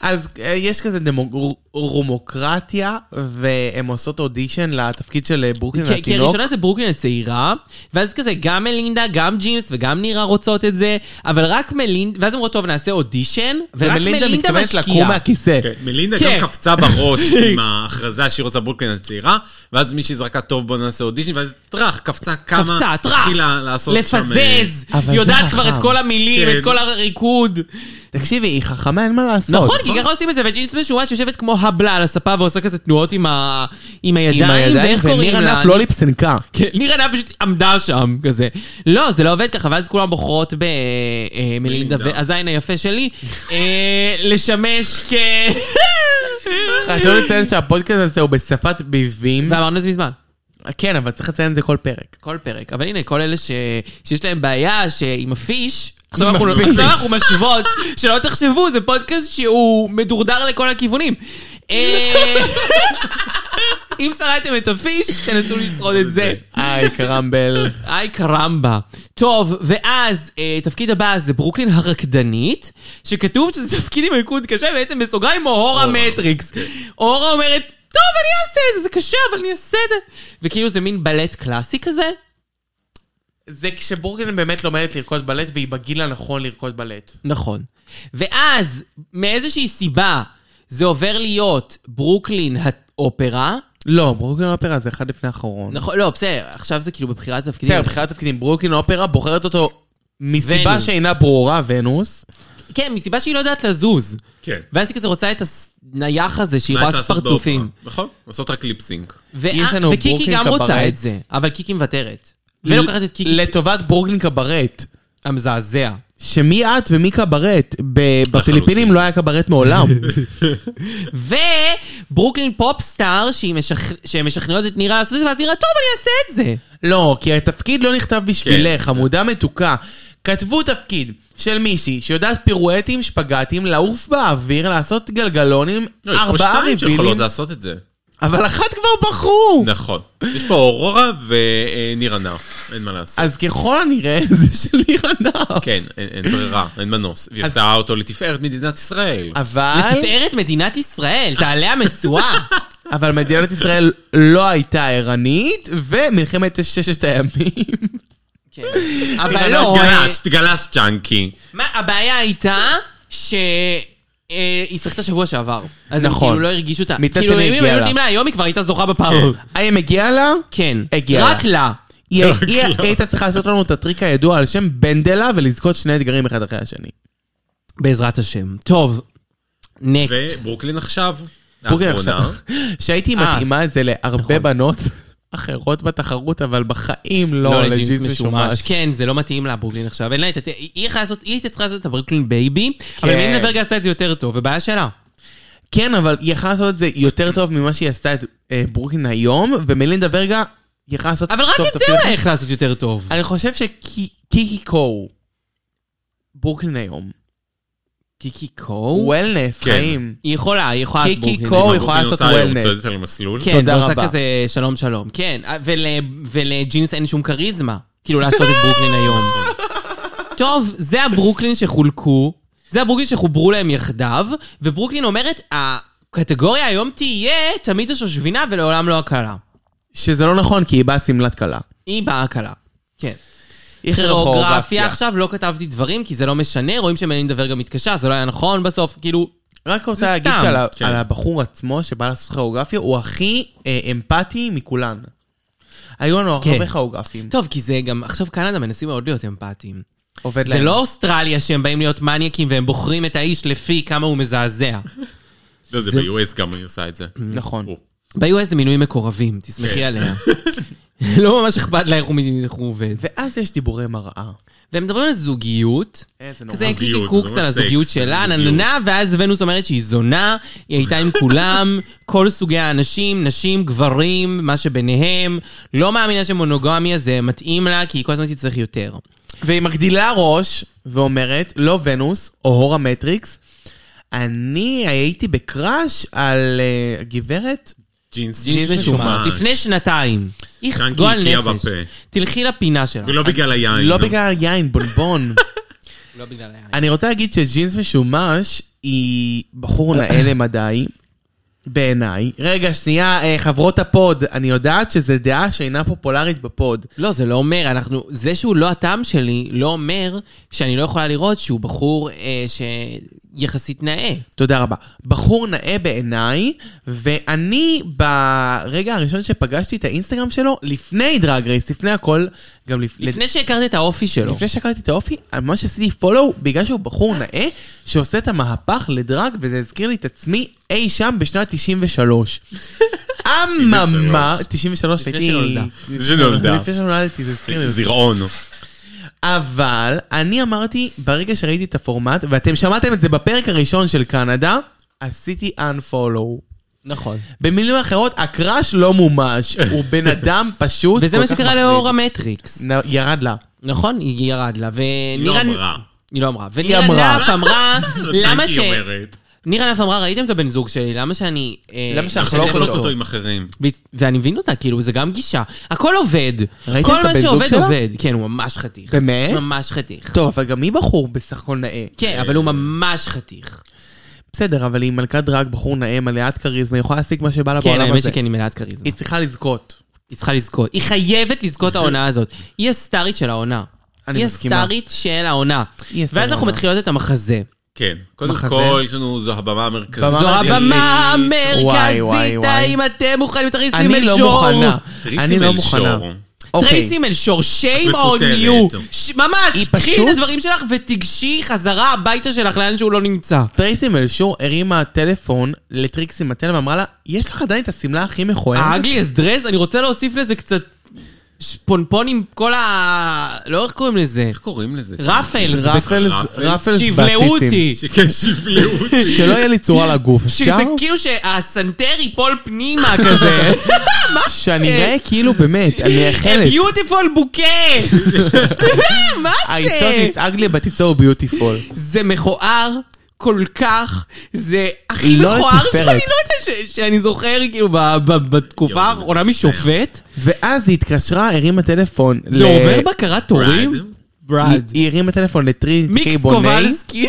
אז אה, יש כזה דמוג- רומוקרטיה, והן עושות אודישן לתפקיד של אה, ברוקלין כי- כי לתינוק. הראשונה זה ברוקלין הצעירה, ואז כזה גם מלינדה, גם ג'ימס וגם נירה רוצות את זה, אבל רק מלינדה, ואז אומרות, טוב, נעשה אודישן, ורק ומלינדה מלינדה מתכוונת לקום משקיעה. מהכיסא. כן, מלינדה כן. גם *laughs* קפצה בראש עם ההכרזה שהיא רוצה ברוקלין הצעירה, ואז מישהי זרקה טוב בוא נעשה אודישן, ואז טראח, קפצה כמה... קפצה, טראח. התחילה לעשות שם... אה, לפזז, אבל זה יודעת חכם. כבר את כל המילים, כן. את כל הריקוד. תקשיבי, היא חכמה, אין מה לעשות. נכון, כי ככה עושים את זה, וג'ינס משומש שיושבת כמו הבלה על הספה ועושה כזה תנועות עם ה- עם עם הידיים, הידיים, ואיך קוראים ונירה לה? נף לא ליפסנקה. כן, נירה נף פשוט עמדה שם, כזה. לא, זה לא עובד ככה, ואז כולם בוחרות במלינדה מלינדה. והזין היפה שלי, אה, לשמש כ... *laughs* חשוב לציין שהפודקאסט הזה הוא בשפת ביבים. ואמרנו את זה מזמן. כן, אבל צריך לציין את זה כל פרק. כל פרק. אבל הנה, כל אלה ש... שיש להם בעיה ש... עם הפיש, עכשיו עם אנחנו, הפיש. עכשיו אנחנו משוות, שלא תחשבו, זה פודקאסט שהוא מדורדר לכל הכיוונים. אה, *laughs* אם שרדתם את הפיש, תנסו לשרוד את זה. היי, קרמבל. היי קרמבה. טוב, ואז אה, תפקיד הבא זה ברוקלין הרקדנית, שכתוב שזה תפקיד עם מיקוד קשה, בעצם בסוגריים אורה אוקיי. מטריקס. אורה אומרת, טוב, אני אעשה את זה, זה קשה, אבל אני אעשה את זה. וכאילו זה מין בלט קלאסי כזה. זה כשבורגן באמת לומדת לרקוד בלט, והיא בגיל הנכון לרקוד בלט. נכון. ואז, מאיזושהי סיבה, זה עובר להיות ברוקלין האופרה. לא, ברוקלין אופרה זה אחד לפני האחרון. נכון, לא, בסדר, עכשיו זה כאילו בבחירת התפקידים. בסדר, בחירת תפקידים, ברוקלין אופרה בוחרת אותו מסיבה ונוס. שאינה ברורה, ונוס. כן, מסיבה שהיא לא יודעת לזוז. כן. ואז היא כזה רוצה את הנייח הזה שהיא מה יכולה יש לעשות לעשות פרצופים. באופרה? נכון, עושות רק ליפסינק. ו- יש לנו וקיקי ברוקלין גם רוצה קברט. את זה, אבל קיקי מוותרת. ולוקחת את קיקי לטובת ברוקלין קברט. המזעזע. שמי את ומי קברט? ב- בפיליפינים לא היה קברט מעולם. וברוקלין פופסטאר, שהיא משכ- שהן משכנעות את נירה לעשות את זה, ואז נירה, טוב, אני אעשה את זה. לא, כי התפקיד לא נכתב בשבילך, עמודה מתוקה. כתבו תפקיד של מישהי שיודעת פירואטים, שפגטים, לעוף באוויר, לעשות גלגלונים, לא, יש פה ארבעה שתיים שיכולות ריבילים, לעשות את זה. אבל אחת כבר בחרו! נכון. יש פה אורורה ונירה נף, אין מה לעשות. אז ככל *laughs* הנראה אוקיי. זה של ניר ענף. כן, אין אין ברירה, אין מנוס. והיא עשתה אותו לתפארת מדינת ישראל. אבל, לתפארת מדינת ישראל, תעלה *laughs* המשואה. אבל מדינת ישראל לא הייתה ערנית, ומלחמת ששת הימים. *laughs* כן. אבל לא, אה, גלשת, גלשת צ'אנקי. מה, הבעיה הייתה ש... אה, היא שיחקה שבוע שעבר. אז הם נכון. כאילו לא הרגישו אותה. מצד כאילו, אם שני הם הגיע היו לה. נותנים לה היום, היא כבר הייתה זוכה בפעם. האם הגיע לה? כן. הגיע לה. רק לה. היא לא, היא הייתה צריכה לעשות לנו את הטריק הידוע על שם בנדלה ולזכות שני אתגרים אחד אחרי השני. בעזרת השם. טוב, נקסט. וברוקלין עכשיו. ברוקלין האחרונה. עכשיו. שהייתי אה, מתאימה את זה להרבה בנות. אחרות בתחרות, אבל בחיים לא, לא לג'ינס משומש. כן, זה לא מתאים לבורלין עכשיו. אין לה את ה... היא יכלה לעשות, היא הייתה צריכה לעשות את הברוקלין בייבי, אבל כן. מינדה ורגה עשתה את זה יותר טוב, ובעיה שלה. כן, אבל היא יכלה לעשות את זה יותר טוב ממה שהיא עשתה את אה, ברוקלין היום, ומלינדה ורגה יכלה לעשות אבל רק טוב את זה אפילו אולי יכלה לעשות יותר טוב. אני חושב שקיקי קו, ברוקלין היום, קיקי קו? וולנס, כן. חיים. היא יכולה, היא יכולה לעשות קיקי ברוקלין. קו, בייבי. היא יכולה לעשות היא wellness. צועדת על מסלול. כן, תודה תודה ועושה רבה. כזה שלום שלום. כן, ול, ולג'ינס אין שום כריזמה, כאילו לעשות את ברוקלין היום. טוב, זה הברוקלין שחולקו, זה הברוקלין שחוברו להם יחדיו, וברוקלין אומרת, הקטגוריה היום תהיה תמיד זו שושבינה ולעולם לא הקלה. שזה לא נכון, כי היא באה שמלת כלה. היא באה הקלה. כן. היא כירוגרפיה עכשיו, לא כתבתי דברים, כי זה לא משנה, רואים שמלינדה ורגה מתקשה, זה לא היה נכון בסוף, כאילו... רק זה רוצה להגיד סתם. שעל ה- כן. על הבחור עצמו שבא לעשות כירוגרפיה, הוא הכי אה, אמפתי מכולן. היו לנו כן. הרבה כירוגרפים. טוב, כי זה גם, עכשיו קנדה מנסים מאוד להיות אמפתיים. עובד זה להם. לא אוסטרליה שהם באים להיות מניאקים והם בוחרים את האיש לפי כמה הוא מזעזע. לא, זה ב-US גם היא עושה את זה. נכון. הוא. ב-US זה מינוי מקורבים, כן. תסמכי *laughs* עליה. לא ממש אכפת לה איך הוא מ- איך הוא עובד. ואז יש דיבורי מראה. והם מדברים על זוגיות. איזה נורא. כזה קיקי זוגיות, קוקס לא על סקס, הזוגיות שלה, זוגיות. נננה, ואז ונוס אומרת שהיא זונה, היא הייתה עם *laughs* כולם, כל סוגי האנשים, נשים, גברים, מה שביניהם. לא מאמינה שמונוגמיה זה מתאים לה, כי היא כל הזמן תצטרך יותר. והיא מגדילה ראש ואומרת, לא ונוס, או הורה מטריקס, אני הייתי בקראש על אה, גברת, ג'ינס ג'ינס משומש. לפני שנתיים. איך טנקי סגול הקיאה נפש. בפה. תלכי לפינה שלה. ולא בגלל היין. לא בגלל יין, בונבון. לא בגלל היין. אני רוצה להגיד שג'ינס משומש היא בחור נאה למדי, בעיניי. רגע, שנייה, אה, חברות הפוד, אני יודעת שזו דעה שאינה פופולרית בפוד. לא, זה לא אומר, אנחנו... זה שהוא לא הטעם שלי, לא אומר שאני לא יכולה לראות שהוא בחור אה, שיחסית נאה. תודה רבה. בחור נאה בעיניי, ואני ברגע הראשון שפגשתי את האינסטגרם שלו, לפני דרג רייס, לפני הכל, גם לפ... לפני שהכרת את האופי שלו. לפני שהכרתי את האופי, על מה שעשיתי פולו, בגלל שהוא בחור נאה, שעושה את המהפך לדרג, וזה הזכיר לי את עצמי אי שם בשנת *laughs* 93. אממה, 93 לפני הייתי... שנולדה. לפני שנולדה. לפני שנולדתי, זה הזכיר לי. את זה. זרעון. אבל אני אמרתי, ברגע שראיתי את הפורמט, ואתם שמעתם את זה בפרק הראשון של קנדה, עשיתי unfollow. נכון. במילים אחרות, הקראש לא מומש, הוא בן אדם פשוט. וזה כל מה כך שקרה מחריד. לאור המטריקס. נ- ירד לה. נכון, היא ירד לה, היא לא ונירה... אמרה. היא לא אמרה. ונירה אמרה. נף *laughs* אמרה, למה ש... צ'אנקי אומרת. נירה נף אמרה, ראיתם את הבן זוג שלי, למה שאני... אה, למה שאנחנו עכשיו לא שאני תחלוק אוכלות אותו עם אחרים. ו- ואני מבין אותה, כאילו, זה גם גישה. הכל עובד. ראיתם כל את מה הבן זוג שעובד שלה? עובד. כן, הוא ממש חתיך. באמת? ממש חתיך. טוב, אבל גם היא בחור בסך הכל נאה. כן, אבל הוא אה. ממש חתיך. בסדר, אבל היא מלכת דרג, בחור נאה, מלאת כריזמה, היא יכולה להשיג מה שבא לה כן, בעולם האמת הזה. שכן, היא מלאת כריזמה. היא צריכה לזכות. היא צריכה לזכות. היא חייבת לזכות העונה הזאת. היא הסטארית של העונה. אני היא מסכימה. הסטארית של העונה. היא הסטארית ואז אנחנו העונה. מתחילות את המחזה. כן. קודם מחזה. כל, יש לנו, זו הבמה המרכזית. במה זו המרכזית. הבמה וואי, וואי, המרכזית, וואי. האם אתם מוכנים תריסים אל שור? אני לא מוכנה. טריסי אני לא מלשור. מוכנה. אוקיי. טרייסי מלשור, shame את on מפוטרת. you. ש- ממש, היא קחי פשוט- את הדברים שלך ותיגשי חזרה הביתה שלך לאן שהוא לא נמצא. טרייסי מלשור הרימה טלפון לטריקסי מטל ואמרה לה, יש לך עדיין את השמלה הכי מכוערת? האגלי אסדרס, אני רוצה להוסיף לזה קצת ש- פונפון עם כל ה... לא, איך קוראים לזה? איך קוראים לזה? רפלס. רפלס, רפלס. רפלס שיבלעו אותי. שכן, שיבלעו אותי. שלא יהיה לי צורה לגוף, שזה אפשר? כאילו שהסנטר ייפול פנימה *laughs* כזה. שאני אראה כאילו באמת, אני מייחלת. ביוטיפול בוקה! *laughs* מה האיצו זה? שיצעק לי בתיצור ביוטיפול. זה מכוער כל כך, זה הכי לא מכוער שאני לתפארת. לא יודעת ש- שאני זוכר כאילו ב- ב- בתקופה יואו, האחרונה זה מצער. משופט. ואז היא התקשרה, הרימה טלפון. ל- זה עובר בקרת הורים? ברד. היא- ברד. היא הרימה טלפון לטריקסי מיקס בוני. קובלסקי.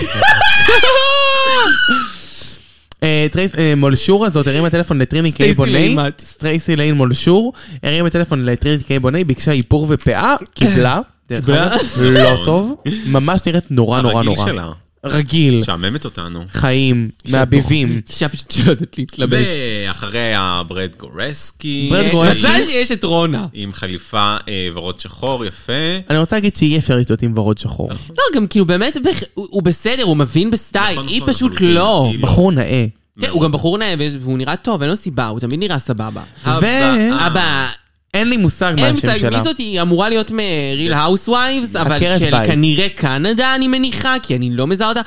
אה, טרייס- אה, מולשור הזאת הרימה טלפון *laughs* לטריני סטייסי קיי בוני, לימט. סטרייסי ליין מולשור, הרימה טלפון לטריני קיי בוני, ביקשה איפור ופאה, קיבלה, *laughs* דרך קיבלה. אגב, לא טוב, ממש נראית אה, נורא נורא הרגיל נורא. שלה. רגיל, משעממת אותנו. חיים, מהביבים. אישה פשוט שלא יודעת להתלבש. ואחריה ברד גורסקי. ברד גורסקי. מזל שיש את רונה. עם חליפה אה, ורוד שחור, יפה. אני רוצה להגיד שאי אפשר לטעות עם ורוד שחור. לא, גם כאילו באמת, בח- הוא הוא בסדר, הוא מבין בסטייל, נכון, היא נכון, פשוט לחלוטין. לא. היא בחור נאה. כן, הוא גם בחור נאה, ויש- והוא נראה טוב, אין לו סיבה, הוא תמיד נראה סבבה. הבאה. אבא, אין לי מושג אה, מה אין השם מושג שלה. מי זאת, היא אמורה להיות מ-real housewives, אבל עקרת של בית. כנראה קנדה, אני מניחה, כי אני לא מזהה אותה.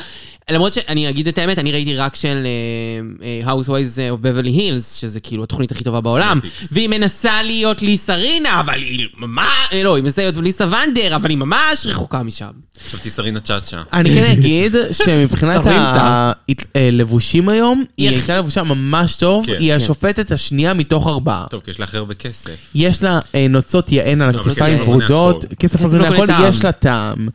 למרות שאני אגיד את האמת, אני ראיתי רק של אה, אה, Housewives of Beverly Hills, שזה כאילו התוכנית הכי טובה בעולם. והיא מנסה להיות ליסה רינה, אבל היא ממש... אה, לא, היא מנסה להיות ליסה ונדר, אבל היא ממש רחוקה משם. עכשיו תיסרינה צ'אצ'ה. אני כן *laughs* אגיד שמבחינת שרים הלבושים היום, היא איך- הייתה לבושה ממש טוב, כן. היא כן. השופטת השנייה מתוך ארבעה. טוב, כי יש לך הרבה *laughs* כסף. יש לה אה, נוצות יען על אבל הכתפיים כסף לא קונה ורודות, הכל. כסף כסף לא קונה לא הכל, קונה טעם. יש לה טעם.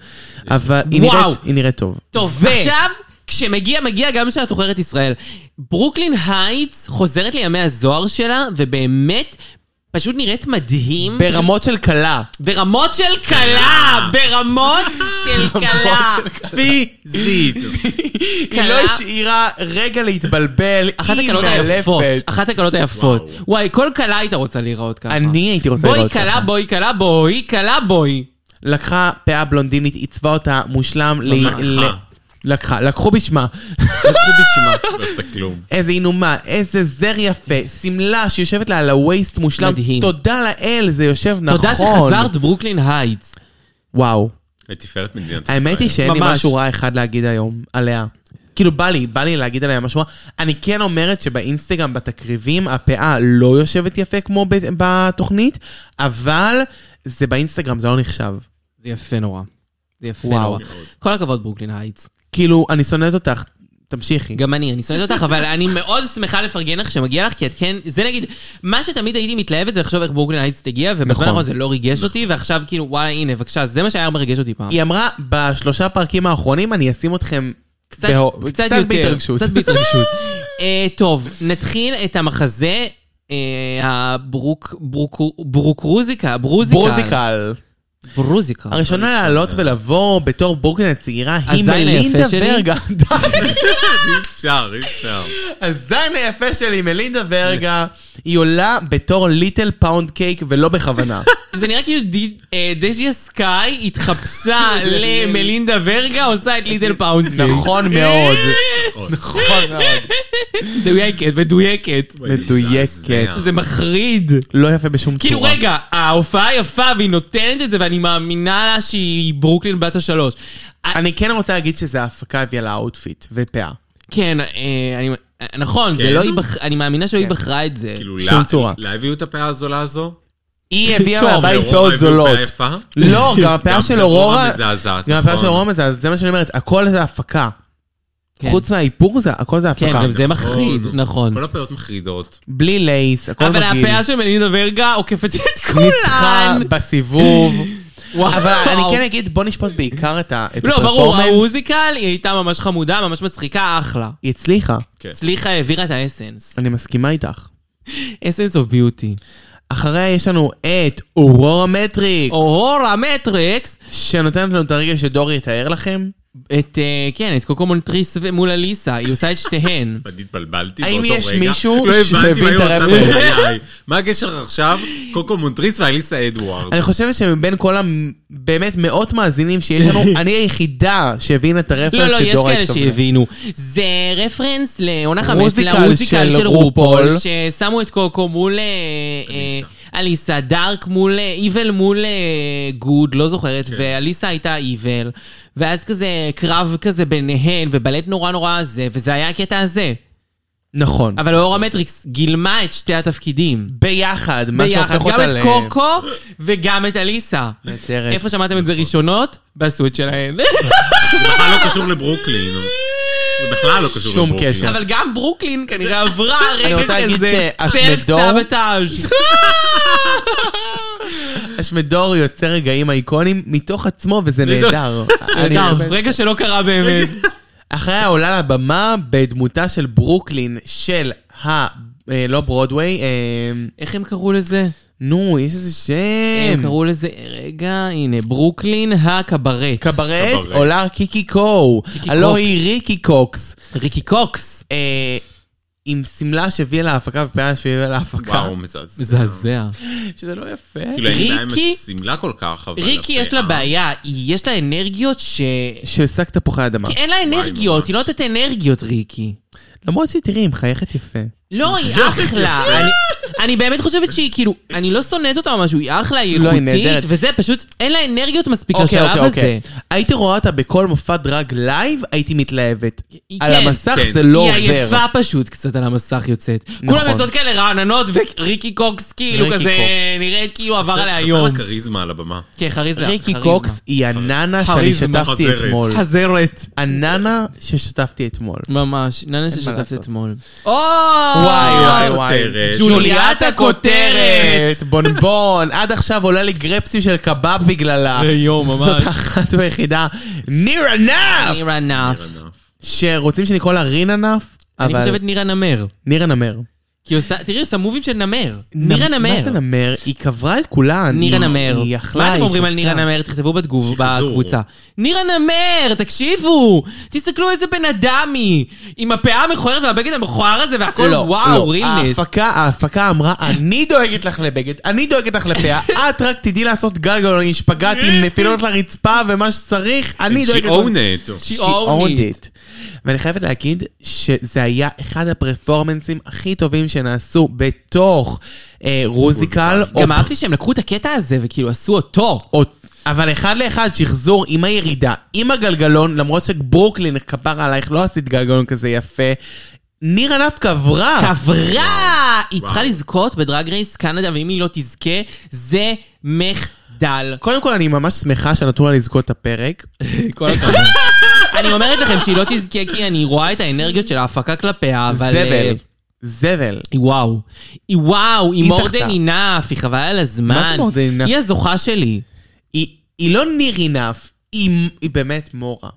אבל היא וואו. נראית- היא נראית טוב. טוב, ו... עכשיו, כשמגיע, מגיע גם כשאת עוכרת ישראל. ברוקלין הייטס חוזרת לימי הזוהר שלה, ובאמת, פשוט נראית מדהים. ברמות של כלה. ברמות של כלה! *laughs* ברמות של כלה! פיזית. *laughs* היא לא השאירה רגע להתבלבל, אחת היא הקלות היפות, מאלפת. אחת הקלות היפות. וואו. וואי, כל כלה היית רוצה להיראות ככה. אני הייתי רוצה בואי לראות כלה, ככה. בואי כלה, בואי כלה, בואי. לקחה פאה בלונדינית, עיצבה אותה מושלם. ל- לקחה. ל- לקחה, לקחו בשמה. *laughs* לקחו בשמה. לא עשית כלום. איזה אינומה, איזה זר יפה, שמלה שיושבת לה על הווייסט מושלם. מדהים. תודה לאל, זה יושב נכון. תודה שחזרת ברוקלין הייטס. וואו. לתפארת מדינת ישראל. האמת היא שאין לי ממש. משהו רע אחד להגיד היום עליה. כאילו בא לי, בא לי להגיד עליה משהו רע. אני כן אומרת שבאינסטגרם, בתקריבים, הפאה לא יושבת יפה כמו ב- בתוכנית, אבל זה באינסטגרם, זה לא נחשב. זה יפה נורא. זה יפה וואו. נורא. כל הכבוד ברוקלין הייטס. כאילו, אני שונאת אותך, תמשיכי. גם אני, אני שונאת אותך, אבל אני מאוד שמחה לפרגן לך שמגיע לך, כי את כן, זה נגיד, מה שתמיד הייתי מתלהבת זה לחשוב איך ברוקלין הייטס תגיע, ובזמן נכון. האחרון זה לא ריגש אותי, ועכשיו כאילו, וואלה, הנה, בבקשה, זה מה שהיה מרגש אותי פעם. היא אמרה, בשלושה פרקים האחרונים אני אשים אתכם קצת, בהו- קצת, יותר, בהתרגשות. קצת *laughs* בהתרגשות. אה, טוב, נתחיל את המחזה, אה, הברוק, ברוק, ברוקרוזיקה, ברוזיקה. ברוזיקל. ברוזיקה. הראשונה לעלות ולבוא בתור ברוקלין הצעירה היא הזין היפה מלינדה שלי. ורגה. *laughs* די. אי אפשר, אי אפשר. הזין היפה שלי, מלינדה ורגה, היא עולה בתור ליטל פאונד קייק ולא בכוונה. זה נראה כאילו די- אה, דז'יה סקאי התחפשה *laughs* למלינדה ורגה, עושה את *laughs* ליטל פאונד. נכון מאוד. נכון מאוד. מדויקת, מדויקת. מדויקת. זה מחריד. לא יפה בשום צורה. כאילו רגע, ההופעה יפה והיא נותנת את זה ואני מאמינה לה שהיא ברוקלין בת השלוש. אה, אני כן רוצה להגיד שזה ההפקה הביאה לה אאוטפיט ופאה. כן, אה, אני, אה, נכון, זה כן? לא היא בחרה, אני מאמינה שלא היא בחרה את זה. כאילו, שום לה- צורה. לה הביאו את הפאה הזולה הזו? היא הביאה טוב, מהבית לאורורה פאות הביאו זולות. פאה יפה? לא, גם הפאה גם של לאורורה אורורה... מזעזעת, גם הפאה נכון. של אורורה מזעזעת, זה מה שאני אומרת, הכל זה הפקה. כן. חוץ מהאיפור זה, הכל זה כן, הפקה. גם זה מחריד, נכון. כל הפאות מחרידות. בלי לייס, הכל אבל מגעיל. הפאה של מלינדה ורגה עוקפת את ניצחה כולן. בסיבוב. *laughs* וואו. אבל אני כן אגיד, בוא נשפוט בעיקר את ה- את לא, ברור, הפרפורמנס. המוזיקל היא הייתה ממש חמודה, ממש מצחיקה, אחלה. היא הצליחה, כן. הצליחה, העבירה את האסנס. אני מסכימה איתך. אסנס אוף ביוטי. אחריה יש לנו את אורורה מטריקס, אורורה מטריקס, שנותנת לנו את הרגע שדורי יתאר לכם. את, אה, כן, את קוקו מונטריס ו- מול אליסה, היא עושה את שתיהן. אני התבלבלתי האם באותו רגע. יש מישהו לא הבנתי שמבין מה היא את רוצה הרמז? בחיי. מה הקשר עכשיו? קוקו מונטריס ואליסה אדוארד. אני חושבת שמבין כל הבאמת מאות מאזינים שיש *laughs* לנו, אני היחידה שהבינה את הרפרנס לא, שדורי לא, יש התכוונה. כאלה שהבינו. זה רפרנס לעונה חמש, מוזיקל למוזיקל של של רופול, רופול. ששמו את קוקו מול אה, אה, אליסה, דארק מול אה, איבל מול אה, גוד, לא זוכרת, כן. ואליסה הייתה איבל, ואז כזה קרב כזה ביניהן, ובלט נורא נורא זה, וזה היה הקטע הזה. נכון. אבל אורה מטריקס גילמה את שתי התפקידים. ביחד, מה ביחד, שהופך גם אותה את ל... קוקו וגם את אליסה. נהדרת. איפה שמעתם את זה ראשונות? בסוויט שלהן. זה בכלל לא קשור לברוקלין. זה בכלל לא קשור שום לברוקלין. קשר. אבל גם ברוקלין *laughs* כנראה עברה אני רוצה רגע להגיד כזה, סלף שאשמדור- סבתאז'. אשמדור יוצר רגעים אייקונים מתוך עצמו, וזה נהדר. *laughs* אני נהדר, באמת- רגע שלא קרה באמת. אחריה עולה לבמה בדמותה של ברוקלין של ה... אה, לא ברודוויי, אה, *laughs* איך הם קראו לזה? נו, יש איזה הם שם. קראו לזה, רגע, הנה, ברוקלין הקברט. קברט, קברט. עולה קיקי קו. קיקי הלא קוקס. היא ריקי קוקס. ריקי קוקס. אה, עם שמלה שהביאה להפקה ופאה שהביאה להפקה. וואו, מזעזע. מזעזע. שזה לא יפה. כאילו, אין לי בעיה עם ריקי- השמלה כל כך, אבל... אה, ריקי יש לה הפאה- בעיה, היא- יש לה אנרגיות *laughs* ש... של שק תפוחי אדמה. כי אין לה אנרגיות, ממש. היא לא נותנת אנרגיות, ריקי. למרות שתראי, היא מחייכת יפה. *laughs* לא, היא אחלה. אני- אני באמת חושבת שהיא כאילו, אני לא שונאת אותה או משהו, היא אחלה, היא אוקיי, לא, היא איכותית, נהדרת. וזה פשוט, אין לה אנרגיות מספיק לשלב הזה. אוקיי, הייתי רואה אותה בכל מופע דרג לייב, הייתי מתלהבת. כן. על המסך כן. זה לא היא עובר. נכון. עייפה פשוט קצת על המסך יוצאת. כולם יוצאות כאלה רעננות, וריקי קוקס כאילו ריקי כזה, קוקס. נראית כאילו עבר עליה חזר יום. הכריזמה על הבמה. כן, כריזמה. ריקי כריזמה. קוקס היא הננה שאני כריזמה שתפתי חזרת. אתמול. חזרת. הננה ששתפתי אתמול. ממש, ננה לעשות. ששתפת אתמול. וואי וואי הכותרת. וואי. ג'וליית הכותרת. בונבון. עד עכשיו עולה לי גרפסים של קבב בגללה. ויום, ממש. זאת אחת והיחידה. ניר ענף! נירה נף. שרוצים שנקרא לה רין ענף, אני אבל חושבת נירה נמר. ניר הנמר. כי היא עושה, תראי, היא עושה מובים של נמר. נירה מה זה נמר. נמר? היא קברה את כולן. נירה היא- נמר. היא אכלה, מה אתם היא אומרים על שתתה. נירה נמר? תכתבו בתגוב- שחזור. בקבוצה. נירה נמר, תקשיבו! תסתכלו איזה בן אדם היא! עם הפאה המכוערת והבגד המכוער הזה והכל לא, וואו, לא. רילנס. ההפקה, ההפקה אמרה, אני דואגת לך לבגד, אני דואגת לך לפאה, את רק תדעי לעשות גלגל עם שפגט עם נפילות לרצפה ומה שצריך, אני She לא דואגת לך. own She it. owned it. ואני חייבת להגיד שזה היה אחד הפרפורמנסים הכי טובים שנעשו בתוך אה, רוזיקל. או גם אהבתי שהם לקחו את הקטע הזה וכאילו עשו אותו. או- אבל אחד לאחד, שחזור עם הירידה, עם הגלגלון, למרות שברוקלין, כפרה עלייך, לא עשית גלגלון כזה יפה. ניר ענף קברה. קברה! היא צריכה לזכות בדרג רייס קנדה, ואם היא לא תזכה, זה מחדל. קודם כל, אני ממש שמחה שנתנו לה לזכות את *laughs* הפרק. כל *laughs* הכבוד. *laughs* אני אומרת לכם שהיא לא תזכה, כי אני רואה את האנרגיות של ההפקה כלפיה, אבל... אה, זבל. זבל. היא וואו. היא וואו, היא היא מורדן זכתה. אינף, היא חבל על הזמן. מה זה more than enough? היא הזוכה שלי. היא היא לא ניר ענף, היא היא באמת מורה.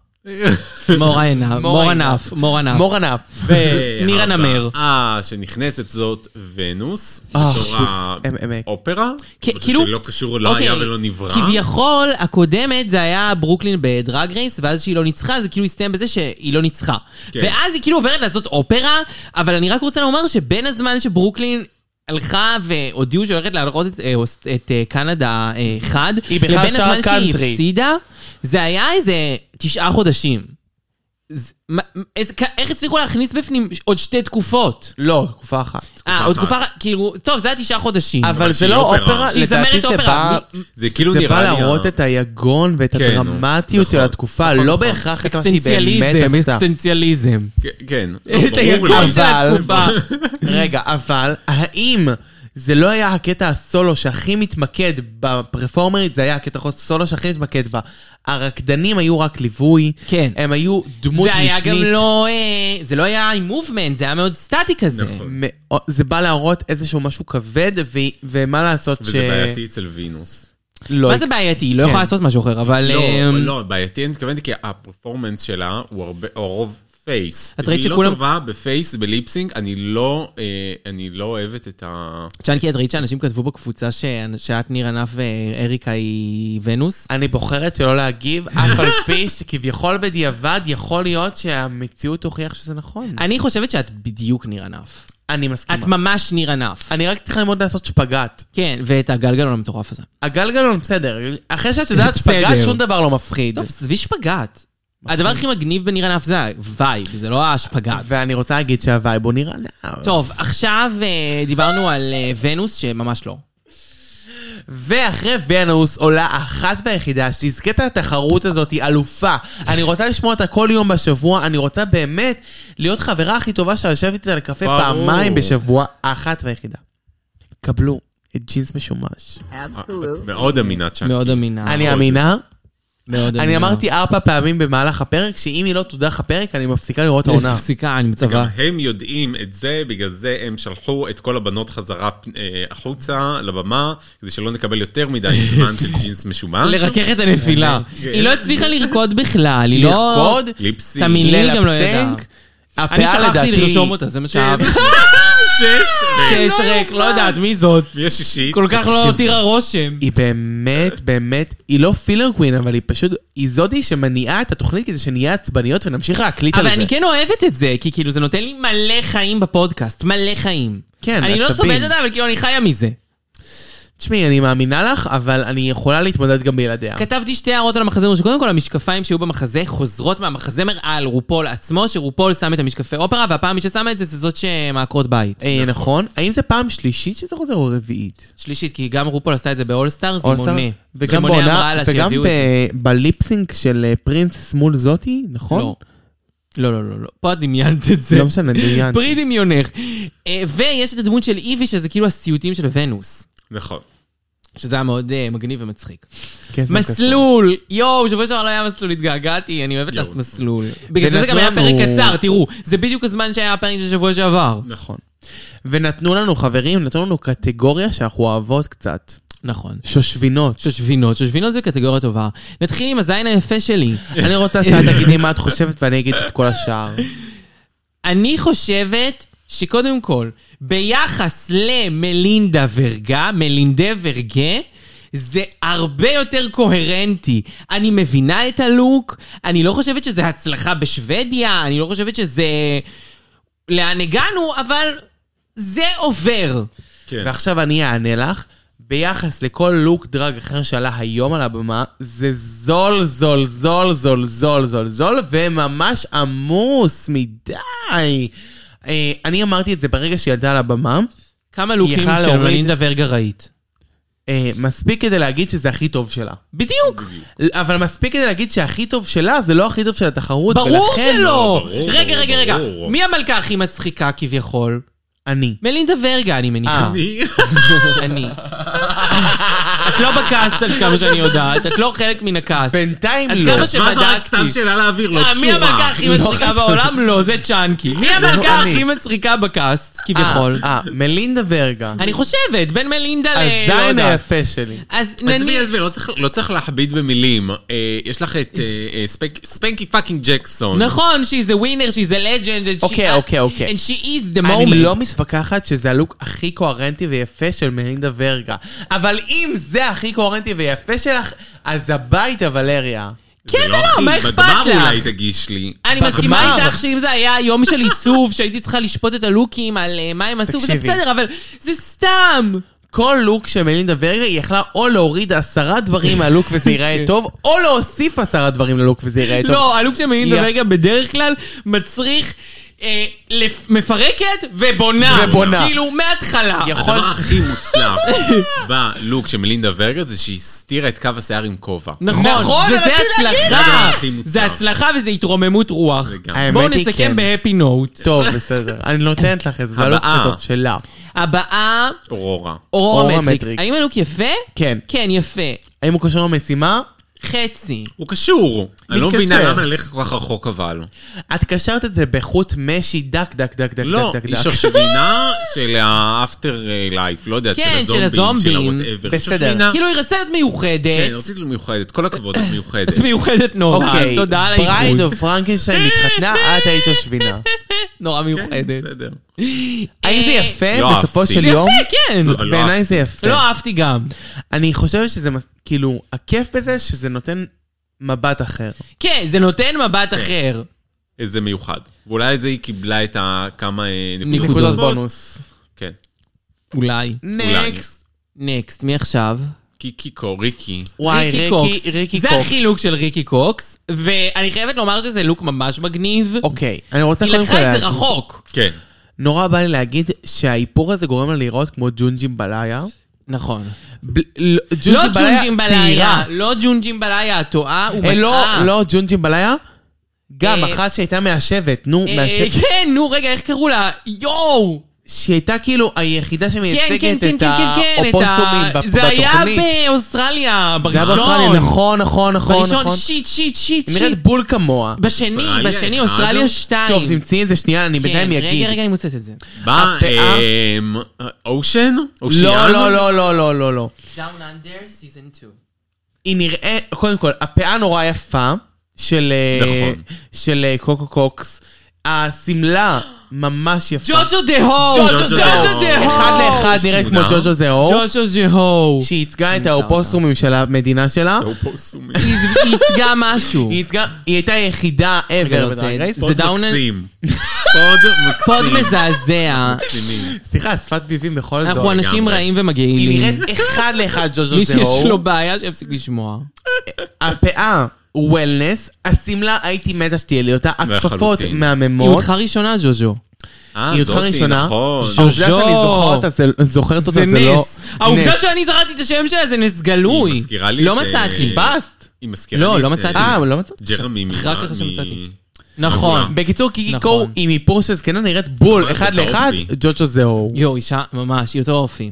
מור עינף, מור ענף, מור ענף. מור ענף. *laughs* נירה נמר. אה, שנכנסת זאת ונוס, אה, בתור שוס, אמת. האופרה. אוקיי, כ- משהו שלא קשור, לא אוקיי, היה ולא נברא. כביכול, הקודמת זה היה ברוקלין בדרג רייס, ואז שהיא לא ניצחה, זה כאילו הסתיים בזה שהיא לא ניצחה. כן. ואז היא כאילו עוברת לעשות אופרה, אבל אני רק רוצה לומר שבין הזמן שברוקלין... הלכה והודיעו שהיא הולכת להלכות את, אה, אוס- את אה, קנדה אה, חד. היא בכלל לבין שרה הזמן שהיא קאנטרי. הפסידה, זה היה איזה תשעה חודשים. ז- מה- איזה- איך הצליחו להכניס בפנים עוד שתי תקופות? לא, תקופה אחת. אה, עוד אחת. תקופה, אחת, כאילו, טוב, זה היה תשעה חודשים. אבל זה שהיא לא אופרה. אופרה, שהיא לדעתי זמרת זה אופרה. בא... מי- זה כאילו זה נראה בא לי... להראות ה- את היגון ואת כן, נו, הדרמטיות של נכון, התקופה, נכון, לא נכון. בהכרח את מה שהיא באמת אקסטנציאליזם, עשתה. אקסטנציאליזם. כן, כן. *laughs* את ברור לי. היקום של אבל- התקופה. *laughs* רגע, אבל האם זה לא היה הקטע הסולו שהכי מתמקד בפרפורמרית, זה היה הקטע הסולו שהכי מתמקד בה. הרקדנים היו רק ליווי, כן. הם היו דמות זה היה משנית. גם לא... אה, זה לא היה עם מובמנט, זה היה מאוד סטטי כזה. נכון. מאוד- זה בא להראות איזשהו משהו כבד, ו... ומה לעשות ש... וזה בעייתי אצל וינוס. לא מה זה בעייתי? היא לא כן. יכולה לעשות משהו אחר, אבל... לא, אמ, אבל לא, בעייתי, אני מתכוונת כי הפרפורמנס שלה הוא הרבה, הוא הרוב פייס. את ראית והיא שכולם- לא טובה בפייס, בליפסינג, אני לא, אה, אני לא אוהבת את ה... צ'אנקי, את ראית שאנשים כתבו בקבוצה ש- שאת ניר ענף ואריקה היא ונוס? אני בוחרת *laughs* שלא להגיב, אף על פי שכביכול בדיעבד יכול להיות שהמציאות תוכיח שזה נכון. אני חושבת שאת בדיוק ניר ענף. אני את מסכימה. ממש ניר ענף. אני רק צריכה ללמוד לעשות שפגאט. כן, ואת הגלגלון המטורף הזה. הגלגלון בסדר, אחרי שאת יודעת בסדר. שפגאט שום דבר לא מפחיד. טוב, עזבי שפגאט. נכון. הדבר הכי מגניב בניר ענף זה הווייב, זה לא השפגאט. ואני רוצה להגיד שהווייב הוא נראה נאו. טוב, עכשיו אה, דיברנו על אה, ונוס, שממש לא. ואחרי ונוס עולה האחת והיחידה שתזכה את התחרות הזאת, היא אלופה. אני רוצה לשמוע אותה כל יום בשבוע, אני רוצה באמת להיות חברה הכי טובה שיושבת איתה לקפה ברור. פעמיים בשבוע, האחת והיחידה. קבלו את ג'ינס משומש. מאוד אמינה צ'אנקי. אה, מאוד אמינה. אה. אני אמינה? מאוד אמינה. אני אמרתי ארבע פעמים במהלך הפרק, שאם היא לא תודח הפרק, אני מפסיקה לראות העונה. אה, מפסיקה, אני מצווה. גם הם יודעים את זה, בגלל זה הם שלחו את כל הבנות חזרה פ- אה, החוצה לבמה, כדי שלא נקבל יותר *laughs* מדי זמן של ג'ינס משומש. לרכך את הנפילה. היא לא הצליחה לרקוד בכלל, היא לא... לרקוד, ליפסינג. תאמין לי, גם לא ידעה. ללפסנג, אני הפאה שכחתי לדעתי... כן. לרשום אותה, זה מה שאהבתי. שש, *laughs* שש ריק, לא יודעת מי זאת. מי השישית? כל כך לא הותירה רושם. היא באמת, באמת, היא לא פילר קווין, אבל היא פשוט, היא זאתי שמניעה את התוכנית כדי שנהיה עצבניות ונמשיך להקליט על אבל זה. אני כן אוהבת את זה, כי כאילו זה נותן לי מלא חיים בפודקאסט, מלא חיים. כן, אה. אני לא עצבים. סובלת את זה, אבל כאילו אני חיה מזה. תשמעי, אני מאמינה לך, אבל אני יכולה להתמודד גם בלעדיה. כתבתי שתי הערות על המחזמר, שקודם כל המשקפיים שהיו במחזה חוזרות מהמחזמר על רופול עצמו, שרופול שם את המשקפי אופרה, והפעם ששמה את זה זה זאת שמעקרות בית. אה, נכון. האם זה פעם שלישית שזה חוזר או רביעית? שלישית, כי גם רופול עשתה את זה באולסטאר, זה אולסטאר? מוני. וגם שמוני בעונה, אמרה לה וגם שיביאו את זה. ב- בליפסינק של אה, פרינסס מול זאתי, נכון? לא. לא, לא, לא, לא. פה את דמיינת את זה. לא *laughs* משנה, דמיין. פרי דמיונך. אה, ויש את הדמות של איבי, שזה כאילו הסיוטים של ונוס. נכון. שזה היה מאוד אה, מגניב ומצחיק. כן, זה קשור. מסלול! יואו, שבוע שעבר לא היה מסלול, התגעגעתי, אני אוהבת יואו. לעשות מסלול. בגלל זה זה גם היה ונתנו פרק לנו- קצר, תראו, זה בדיוק הזמן שהיה הפרק של שבוע שעבר. נכון. ונתנו לנו, חברים, נתנו לנו קטגוריה שאנחנו אוהבות קצת. נכון. שושבינות. שושבינות, שושבינות זו קטגוריה טובה. נתחיל עם הזין היפה שלי. אני רוצה שאת תגידי מה את חושבת ואני אגיד את כל השאר. אני חושבת שקודם כל, ביחס למלינדה ורגה, מלינדה ורגה, זה הרבה יותר קוהרנטי. אני מבינה את הלוק, אני לא חושבת שזה הצלחה בשוודיה, אני לא חושבת שזה... לאן הגענו, אבל זה עובר. כן. ועכשיו אני אענה לך. ביחס לכל לוק דרג אחר שעלה היום על הבמה, זה זול, זול, זול, זול, זול, זול, זול, וממש עמוס מדי. אה, אני אמרתי את זה ברגע שהיא עלתה על הבמה. כמה היא לוקים יכלה של להוריד- מלינדה ורגה ראית? אה, מספיק כדי להגיד שזה הכי טוב שלה. בדיוק. אבל מספיק כדי להגיד שהכי טוב שלה זה לא הכי טוב של התחרות. ברור ולכן לא, שלא! ברור, רגע, רגע, רגע. ברור. מי המלכה הכי מצחיקה כביכול? אני. מלינדה ורגה, אני מניחה. אה. אני- אני. את לא בכעס עד כמה שאני יודעת, את לא חלק מן הכעס. בינתיים עד לא. כמה מה זה רק סתם שבדקתי. שאלה לאוויר, לא אה, מי המלכה קשורה. הכי לא מצחיקה חשוב. בעולם? לא, זה צ'אנקי. מי המלכה אני. הכי מצחיקה בכעס, כביכול? אה, אה, מלינדה ורגה. אני חושבת, בין מלינדה ל... לא הזין יודעת. היפה שלי. אז עזבי, נניח... עזבי, לא צריך- לא צריך להכביד במילים. אה, יש לך את אה, אה, ספק- ספנקי פאקינג ג'קסון. נכון, she's a winner, she's a legend, and she- אוקיי, אוקיי, אוקיי. and she is the moment. אני לא מתווכחת שזה הלוק הכי קוהרנטי ויפה של מלינדה ורגה. אבל אם זה הכי קוהרנטי ויפה שלך, אז הביתה, ולריה. זה כן לא ולא, הכי- מה אכפת לך? בגמר אולי תגיש לי. אני בגמר. מסכימה איתך שאם זה היה יום של עיצוב, שהייתי צריכה לשפוט את הלוקים על אה, מה הם עשו, וזה תקשיבי. בסדר, אבל זה סתם. כל לוק של מלינדה ורגה, היא יכלה או להוריד עשרה דברים מהלוק *laughs* וזה ייראה טוב, או להוסיף עשרה דברים ללוק וזה ייראה טוב. לא, הלוק של מלינדה יפ. רגע בדרך כלל מצריך אה, לפ- מפרקת ובונה. ובונה. כאילו, מההתחלה. יכול- הדבר הכי מוצלח *laughs* בלוק של מלינדה ורגה זה שהיא הסתירה את קו השיער עם כובע. נכון, נכון, וזה רציתי להגיד הצלחה. לך. הכי מוצלח. זה הצלחה וזה התרוממות רוח. לגמרי. בואו האמת היא נסכם כן. בהפי נוט. טוב, בסדר. אני נותנת לך את זה, זה הלוק הבאה. הכי טוב שלה. הבאה, אורורה. אורורה אורורה מטריקס. מטריקס. האם הלוק יפה? כן. כן, יפה. האם הוא קשור למשימה? חצי. הוא קשור. אני לא מתקשר. מבינה למה ללכת כל כך רחוק אבל. את קשרת את זה בחוט משי דק דק דק דק לא, דק דק היא דק. שושבינה של האפטר לייף, לא יודעת, כן, של של הזומבים, של הזומבים. ה-whatever. בסדר. שושבינה- כאילו, היא רצה להיות כן, מיוחדת. רציתי להיות מיוחדת, כל הכבוד, את *laughs* מיוחדת. את מיוחדת נורא. אוקיי, תודה על ברייד האיחוד. אוף פרנקנשטיין התחתנה, את היית שושבינה. נורא מיוחדת. כן, בסדר. האם זה אה, לא יפה כאילו. בסופו אהבתי. של זה יום? יפה, כן. לא, לא בעיניי אהבתי. זה יפה. לא אהבתי גם. אני חושבת שזה, מס- כאילו, הכיף בזה שזה נותן מבט אחר. כן, זה נותן מבט אחר. זה מיוחד. ואולי זה היא קיבלה את הכמה אה, נקודות. נקודות נקודות נוספות. בונוס. כן. אולי. נקסט. נקסט, מי עכשיו? קיקיקו, ריקי. וואי, קוקס. ריקי, ריקי קוקס. זה החילוק של ריקי קוקס, ואני חייבת לומר שזה לוק ממש מגניב. אוקיי, אני רוצה היא קודם כל... לקחה את זה להגיד- רחוק. כן. נורא בא לי להגיד שהאיפור הזה גורם לה להיראות כמו ג'ונג'ים בלאיה. נכון. בל- לא, לא ג'ונג'ים בלאיה ג'ונג'ים צעירה. בלאיה, לא ג'ונג'ים בלאיה, את טועה אה, לא, ומטעה. לא ג'ונג'ים בלאיה? גם אה, אחת שהייתה מהשבט, נו, אה, מהשבט. כן, נו, רגע, איך קראו לה? יואו! שהיא הייתה כאילו היחידה כן, כן, שמייצגת כן, את כן, כן, כן, האופורסומים את ה- בפ- זה היה בתוכנית. באוסטרליה, זה היה בראשון. באוסטרליה, נכון, נכון, נכון, בראשון, נכון. שיט, שיט, שיט, היא שיט. נראית בול כמוה. בשני, אוסטרליה בשני, אחד? אוסטרליה 2. טוב, תמצאי את זה שנייה, אני בינתיים כן, רגע, אגיד. רגע, אני מוצאת את זה. מה, הפאה? אמ, אושן? לא, אושיאן? לא, לא, לא, לא, לא, לא. Down Under Season 2. היא נראית, קודם כל, הפאה נורא יפה של אה, נכון. של אה, קוקו קוקס. השמלה ממש יפה. ג'וג'ו דה הו! ג'וג'ו דה-הו. אחד לאחד נראית כמו תמונה. ג'וג'ו זהו, ג'וג'ו דה הו! שהיא ייצגה את האופוסטרומים של המדינה שלה. זהו פוסומים. היא ייצגה משהו. היא ייצגה- היא הייתה היחידה רגע, לא, ever זה- בדרג רייס. זה פוד דאונר? מקסים. פוד מקסים. פוד *laughs* מזעזע. מקסימים. סליחה, שפת ביבים בכל זאת. אנחנו אנשים לגמרי. רעים היא ומגעילים. נראית אחד לאחד ג'וז'ו מי שיש לו זהו. בעיה שיפסיק לשמוע. הפאה, וולנס, השמלה, הייתי מתה שתהיה לי אותה, הכפפות לחלוטין. היא מהממות. הודחה ראשונה, ז'וז'ו. אה, היא אותך זאתי, ראשונה. נכון. העובדה שאני זוכר אותה, זה- זוכרת אותה, זה זה לא... נס. העובדה נס. שאני זרקתי את השם שלה זה נס גלוי. היא מזכירה לי לא את, מצאתי. אה, פסט. היא מזכירה לא, לי לא את, מצאתי. אה, אה, לא מצאת? ג'רמי מ... רק אחרי מ- שמצאתי. אבולה. נכון. בקיצור, קיקי נכון. קור היא מפור של זקנה נראית בול, זוכרת אחד את לאחד, האופי. ג'וג'ו זהו. יואו, אישה ממש, היא אותו אופי.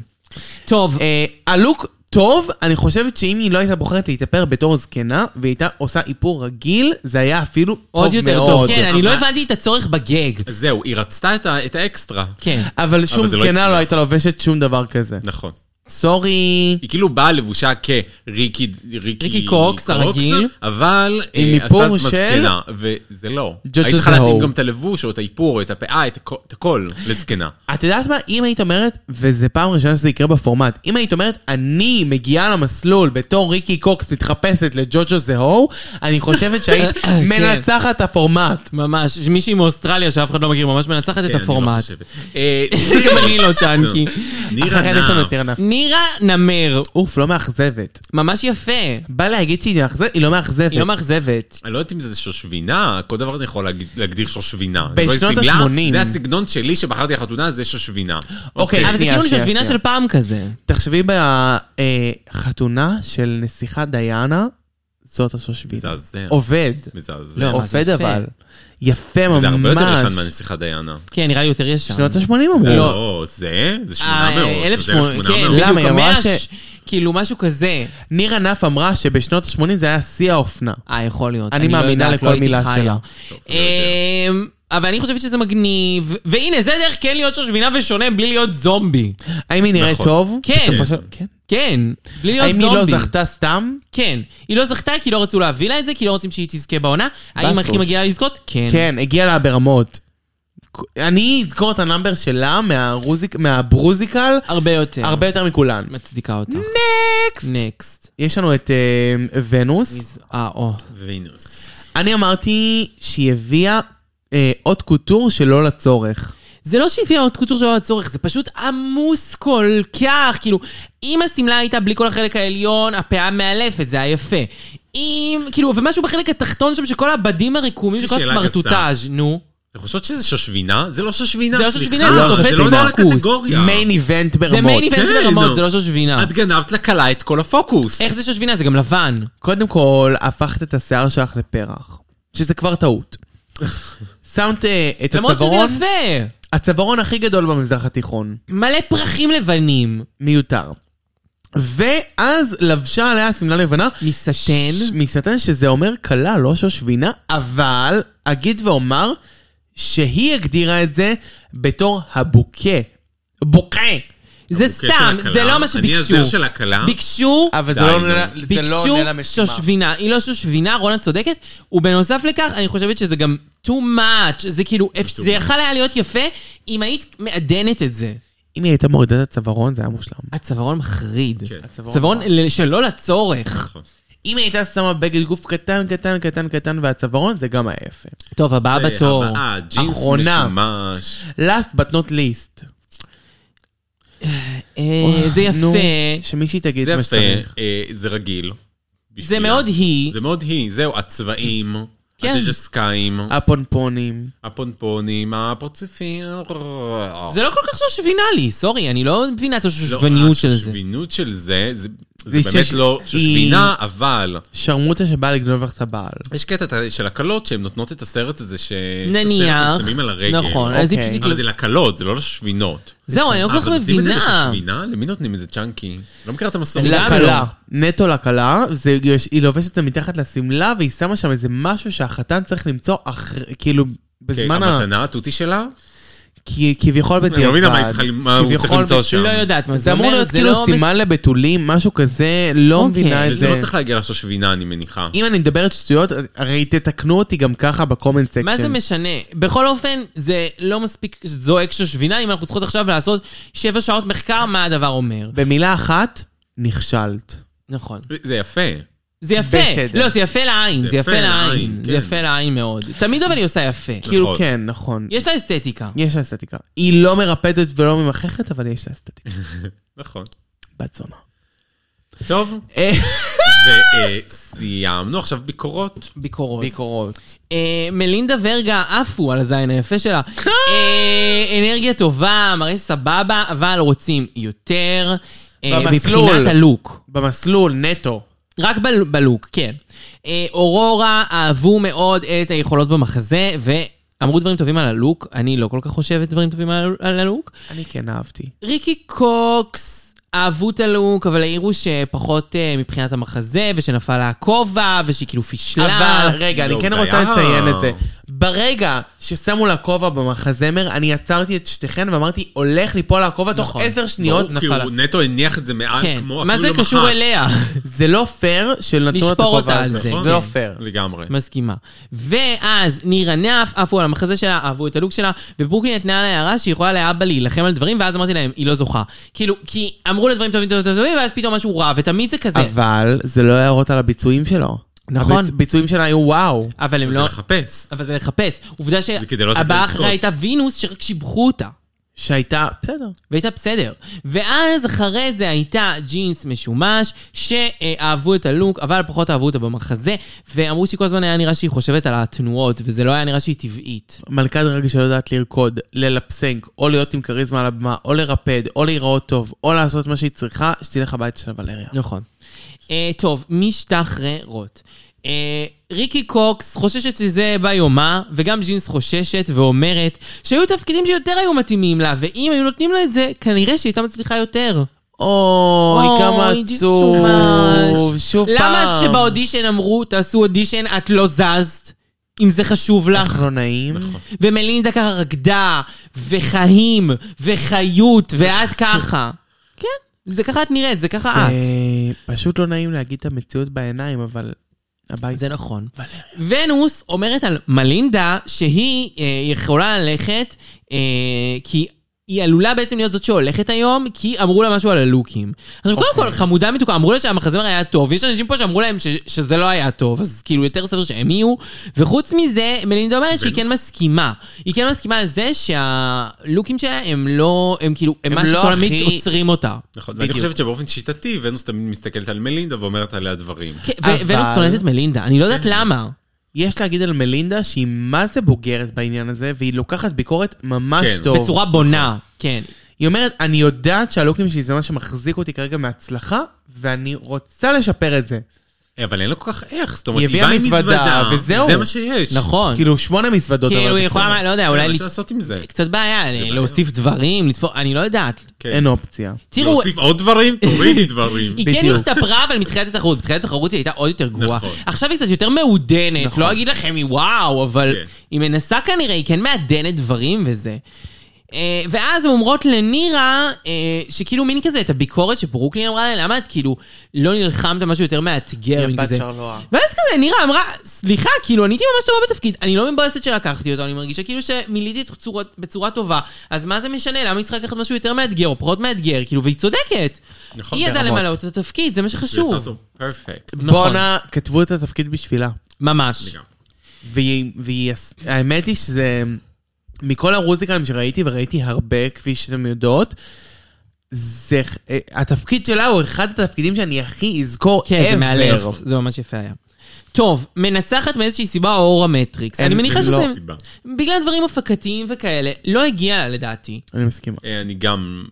טוב, אה, הלוק טוב, אני חושבת שאם היא לא הייתה בוחרת להתאפר בתור זקנה, והיא הייתה עושה איפור רגיל, זה היה אפילו עוד טוב יותר טוב. אה, מאוד. כן, אני לא אבל- הבנתי את הצורך בגג. זהו, היא רצתה את ה- את האקסטרה. כן. אבל שום אבל זה לא זקנה הצליח. לא הייתה לובשת שום דבר כזה. נכון. סורי. היא כאילו באה לבושה כריקי... ריקי קוקס, הרגיל. אבל עם אה, עשתה איפור עצמה של- זקנה, וזה לא. ג'וג'ו היית צריכה זהו. להתאים גם את הלבוש, או את האיפור, או את הפאה, את הכ- את הכל לזקנה. *laughs* את יודעת מה, אם היית אומרת, וזה פעם ראשונה שזה יקרה בפורמט, אם היית אומרת, אני מגיעה למסלול בתור ריקי קוקס מתחפשת לג'וג'ו זהו, אני חושבת *laughs* שהיית כן. מנצחת את הפורמט. ממש, מישהי מאוסטרליה שאף אחד לא מכיר, ממש מנצחת כן, את אני לא הפורמט. חושבת. אה, *laughs* גם אני לא צ'אנקי. כן, נירה אחרי זה כן, יש לנו אה. את נא. טירנף. נירה נמר, אוף, לא מאכזבת. ממש יפה. בא להגיד שהיא מאכזבת, היא לא מאכזבת. היא לא מאכזבת. אני לא יודעת אם זה שושבינה, כל דבר אני יכול להגיד- להגדיר שושבינה. אני בשנות רואה שמלה, ה-שמונים. זה הסגנון שלי שבחרתי לחתונה, זה שושבינה. אוקיי, אבל זה שנייה, כאילו שנייה, שושבינה שנייה. של פעם כזה. תחשבי בחתונה של נסיכה דיאנה, זאת השושבינה. מזעזע. עובד. מזעזע. לא, מה זה עובד יפה? אבל. יפה ממש. זה הרבה יותר ישן מהנסיכה דיאנה. כן, נראה לי יותר ישר. שנות ה-80 אמרו. זה לא, זה? זה 800. אה, זה 1800, כן, 1800. למה? בדיוק, היא אמרה המאה ש- ש... כאילו משהו כזה. ניר ענף אמרה שבשנות ה-80 זה היה שיא האופנה. אה, יכול להיות. אני לא מאמינה יודעת, לכל לא הייתי מילה חיה. שלה. טוב, לא אה, אבל אני חושבת שזה מגניב, והנה, זה דרך כן להיות שושבינה ושונה בלי להיות זומבי. האם היא נראית נכון. טוב? כן. בסופו של- כן. כן, בלי להיות האם זומבי. היא לא זכתה סתם? כן. היא לא זכתה כי לא רצו להביא לה את זה, כי לא רוצים שהיא תזכה בעונה. האם הכי בסוש. מגיעה לזכות? כן. כן, הגיעה לה ברמות. אני אזכור את הנאמבר שלה מהרוזיק- מהברוזיקל הרבה יותר. הרבה יותר מכולן. מצדיקה אותך. נקסט! נקסט. יש לנו את אה, ונוס. אה, או. ונוס. אני אמרתי שהיא הביאה אה, עוד קוטור שלא לצורך. זה לא שהביאה עוד קוצור שלא לצורך, זה פשוט עמוס כל כך. כאילו, אם השמלה הייתה בלי כל החלק העליון, הפאה מאלפת, זה היה יפה. אם, כאילו, ומשהו בחלק התחתון שם, שכל הבדים הרקומים, יש שכל לי שאלה גסה. הסמרטוטאז', נו. אתם חושבות שזה שושבינה? זה לא שושבינה, זה לא סליחה. שושבינה, זה תופס זה לא עונה בפוקוס. לקטגוריה. מיין איבנט זה ברמות. מיין איבנט כן, ברמות, נו. זה לא שושבינה. את גנבת לכלה את כל הפוקוס. איך זה שושבינה? זה גם לבן. קודם כל, הפכת את השיער שלך לפרח, שזה כבר *laughs* טעות. שמת אה, את למרות שזה הצווארון, יפה. הצווארון הכי גדול במזרח התיכון, מלא פרחים לבנים. מיותר. ואז לבשה עליה שמלה לבנה. מסטן. ש- מסטן, שזה אומר כלה, לא שושבינה, אבל אגיד ואומר שהיא הגדירה את זה בתור הבוקה. בוקה! זה אוקיי, של סתם, הכלה. זה לא מה שביקשו. אני הזר של הכלה. ביקשו... אבל זה די, לא נו. עונה ל- זה לא ביקשו עונה למשימה. שושבינה, היא לא שושבינה, רונה צודקת, ובנוסף לכך, אני חושבת שזה גם too much, זה כאילו, אפ- זה יכל היה להיות יפה אם היית מעדנת את זה. אם היא הייתה מורידה את הצווארון, זה היה מושלם. הצווארון מחריד. כן. הצווארון הצווארון ל- שלא לצורך. אם היא הייתה שמה בגד גוף קטן, קטן, קטן, קטן, והצווארון, זה גם היה יפה. טוב, הבאה בתור. אה, הבאה, ג'ינס אחרונה. משומש. last but not least. אה, זה נו, יפה, שמישהי תגיד זה מה יפה, שצריך. אה, זה רגיל. זה בשבילה. מאוד היא. זה מאוד היא, זהו, הצבעים, כן. הג'סקאים, הפונפונים. הפונפונים, הפרצופים. זה לא כל כך שושבינה לי, סורי, אני לא מבינה את השושבניות של זה. השושבינות של זה, זה זה זה באמת שש- לא שושבינה, אבל שרמוטה שבאה לגנוב לך את הבעל. יש קטע של הקלות שהן נותנות את הסרט הזה ש... נניח, שמים על הרגל. נכון, אז היא פשוט אוקיי. אבל כאילו... זה לקלות, זה לא לשושבינות. זהו, אני לא כל כך אבל נותנים את זה מבינה. לשושבינה? למי נותנים את זה צ'אנקי? לא מכיר את המסורת. לנו. לכלה. לא. נטו לכלה. זה- היא לובשת את זה מתחת לשמלה, והיא שמה שם איזה משהו שהחתן צריך למצוא אחר... כאילו, כן, בזמן ה... המתנה התותי שלה? כי- כביכול בדיעבד. אני לא מבין מה היא צריכה ל- מה הוא צריך כביכול למצוא ב- שם. לא יודעת מה זה זה אמור אומר, להיות זה לא כאילו סימן מש- לבתולים, משהו כזה, לא אוקיי. מבינה את וזה זה. לא צריך להגיע לעשות שבינה, אני מניחה. אם אני מדברת שטויות, הרי תתקנו אותי גם ככה בקומנט סקשן. מה זה משנה? בכל אופן, זה לא מספיק זועק שושבינה אם אנחנו צריכות עכשיו לעשות שבע שעות מחקר מה הדבר אומר. במילה אחת, נכשלת. נכון. זה יפה. זה יפה. בסדר. לא, זה יפה לעין, זה יפה לעין. זה כן. יפה לעין מאוד. תמיד אבל היא עושה יפה. כאילו כן, נכון. יש לה אסתטיקה. יש לה אסתטיקה. היא לא מרפדת ולא ממחכת, אבל יש לה אסתטיקה. נכון. בת זונה. *laughs* טוב, אה, וסיימנו עכשיו ביקורות. ביקורות. ביקורות. אה, מלינדה ורגה עפו על הזין היפה שלה. אה, אנרגיה טובה, מראה סבבה, אבל רוצים יותר. אה, במסלול. מבחינת הלוק. במסלול, נטו. רק בל, בלוק, כן. אה, אורורה אהבו מאוד את היכולות במחזה, ואמרו דברים טובים על הלוק. אני לא כל כך חושבת דברים טובים על, על הלוק. אני כן אהבתי. ריקי קוקס אהבו את הלוק, אבל העירו שפחות אה, מבחינת המחזה, ושנפל לה הכובע, ושהיא כאילו פישלה. אבל רגע, אני לא, כן זה רוצה היה- לציין את זה. ברגע ששמו לה כובע במחזמר, אני עצרתי את שתיכן ואמרתי, הולך ליפול לה כובע תוך נכון. עשר שניות. ברור, כי נפל. הוא נטו הניח את זה מעל, כן. כמו מה אפילו לא זה יום קשור אחד. אליה? זה לא פייר שנתנו לה את לשפור הכובע אותה על הזה. זה, כן. נכון? זה לא פייר. לגמרי. מסכימה. ואז נירה נף, עפו על המחזה שלה, אהבו את הלוק שלה, וברוקלין נתנה לה הערה שהיא יכולה לאבא להילחם על דברים, ואז אמרתי להם, היא לא זוכה. כאילו, כי אמרו לה דברים טובים טובים טובים, ואז פתאום משהו רע, ותמיד זה כזה. אבל זה לא הערות על הביצועים שלו. נכון. הביצועים שלה היו וואו. אבל הם זה לא... לחפש. אבל זה לחפש. עובדה כדי לא לתת לה שהבאה לזכות. אחריה הייתה וינוס, שרק שיבחו אותה. שהייתה, בסדר. והייתה בסדר. ואז אחרי זה הייתה ג'ינס משומש, שאהבו את הלוק, אבל פחות אהבו אותה במחזה, ואמרו שכל הזמן היה נראה שהיא חושבת על התנועות, וזה לא היה נראה שהיא טבעית. מלכת רגע שלא יודעת לרקוד, ללפסנק, או להיות עם כריזמה על הבמה, או לרפד, או להיראות טוב, או לעשות מה שהיא צריכה, שתלך הביתה של ולריה. נכון. אה, טוב, משתחררות. אה, ריקי קוקס חוששת שזה ביומה, וגם ג'ינס חוששת ואומרת שהיו תפקידים שיותר היו מתאימים לה, ואם היו נותנים לה את זה, כנראה שהיא הייתה מצליחה יותר. אוי, כמה אוי, ג'ינס עצוב. משומש. שוב פעם. למה אז שבאודישן אמרו, תעשו אודישן, את לא זזת, אם זה חשוב לך? לא נעים. ומלינדה ככה רקדה, וחיים, וחיות, ואת ככה. כן, זה ככה את נראית, זה ככה את. אה, פשוט לא נעים להגיד את המציאות בעיניים, אבל... הבית. זה נכון. ונוס אומרת על מלינדה שהיא אה, יכולה ללכת, אה, כי היא עלולה בעצם להיות זאת שהולכת היום, כי אמרו לה משהו על הלוקים. עכשיו, קודם אוקיי. כל, חמודה מתוקה, אמרו לה שהמחזמר היה טוב, יש אנשים פה שאמרו להם ש- שזה לא היה טוב, אז כאילו יותר סביר שהם יהיו. וחוץ מזה, מלינדה אומרת שהיא כן מסכימה. היא כן מסכימה על זה שהלוקים שלה הם לא, הם כאילו, הם הם מה לא שתולמית הכי- עוצרים אותה. נכון, ואני חושבת שבאופן שיטתי, ונוס תמיד מסתכלת על מלינדה ואומרת עליה דברים. כן, ו- אבל- ונוס שונאת את מלינדה, אני לא יודעת למה. יש להגיד על מלינדה שהיא מה זה בוגרת בעניין הזה, והיא לוקחת ביקורת ממש כן. טוב. בצורה בונה, כן. היא אומרת, אני יודעת שהלוקים שלי זה מה שמחזיק אותי כרגע מהצלחה, ואני רוצה לשפר את זה. אה, אבל אין לה כל כך איך, זאת אומרת, היא היא באה עם הביאה מזוודה, מזוודה, וזהו. זה מה שיש. נכון. כאילו, שמונה מזוודות. אבל כאילו, היא יכולה, בסדר. מה- לא יודע, אולי... אולי מה לי- לעשות עם זה? קצת בעיה, ל- להוסיף דברים, לתפור, אני לא יודעת. כן. אין אופציה. תראו, להוסיף עוד דברים? תורידי דברים. היא כן בדיוק. השתפרה, אבל מתחילת התחרות, בתחילת התחרות היא הייתה עוד יותר גרועה. נכון. עכשיו היא קצת יותר מעודנת, נכון. לא אגיד לכם היא וואו, אבל כן. היא מנסה כנראה, היא כן מעדנת דברים וזה. אה, ואז הן אומרות לנירה, אה, שכאילו מין כזה, את הביקורת שברוקלין אמרה לה, למה את כאילו לא נלחמת על משהו יותר מאתגר? מין בת כזה. שרלואה. ואז כזה, נירה אמרה, סליחה, כאילו, אני הייתי ממש טובה בתפקיד, אני לא מבואסת שלקחתי אותו, אני מרגישה כאילו שמילאתי את צורות, בצורה טובה, אז מה זה משנה, למה היא צריכה לקחת משהו יותר מאתגר או פחות מאתגר, כאילו, והיא צודקת. נכון, היא ידעה ברמות. למלא את התפקיד, זה מה שחשוב. פרפקט. נכון. בואנה, כתבו את התפקיד בשבילה. ממש. לגמרי. והיא, והיא- האמת היא שזה... מכל הרוזיקלים שראיתי, וראיתי הרבה, כפי שאתם יודעות, זה... אה, התפקיד שלה הוא אחד התפקידים שאני הכי אזכור כן, זה ever. מהלב. זה ממש יפה היה. טוב, מנצחת מאיזושהי סיבה אורה מטריקס. אין- אני מניחה לא. שזה... סיבה. בגלל דברים הפקתיים וכאלה, לא הגיעה לה לדעתי. אני מסכימה. אה, אני גם...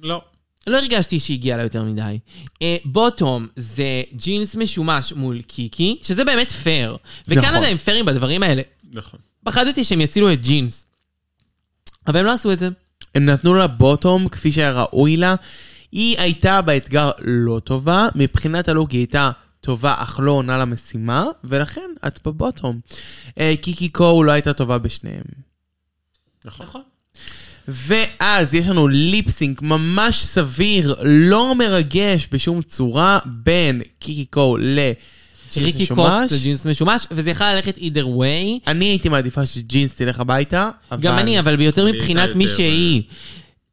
לא. לא הרגשתי שהגיעה לה יותר מדי. אה, בוטום זה ג'ינס משומש מול קיקי, שזה באמת פייר. נכון. וקנדה הם פיירים בדברים האלה. נכון. פחדתי שהם יצילו את ג'ינס. אבל הם לא עשו את זה. הם נתנו לה בוטום כפי שהיה ראוי לה. היא הייתה באתגר לא טובה, מבחינת הלוג היא הייתה טובה אך לא עונה למשימה, ולכן את בבוטום. אה, קיקי קו לא הייתה טובה בשניהם. נכון. ואז יש לנו ליפסינק ממש סביר, לא מרגש בשום צורה, בין קיקי קו לג'ינס ריקי קוקס משומש. זה ג'ינס משומש, וזה יכל ללכת either way. אני הייתי מעדיפה שג'ינס תלך הביתה, אבל... גם אני, אבל ביותר מבחינת הייתה מי יותר, שהיא.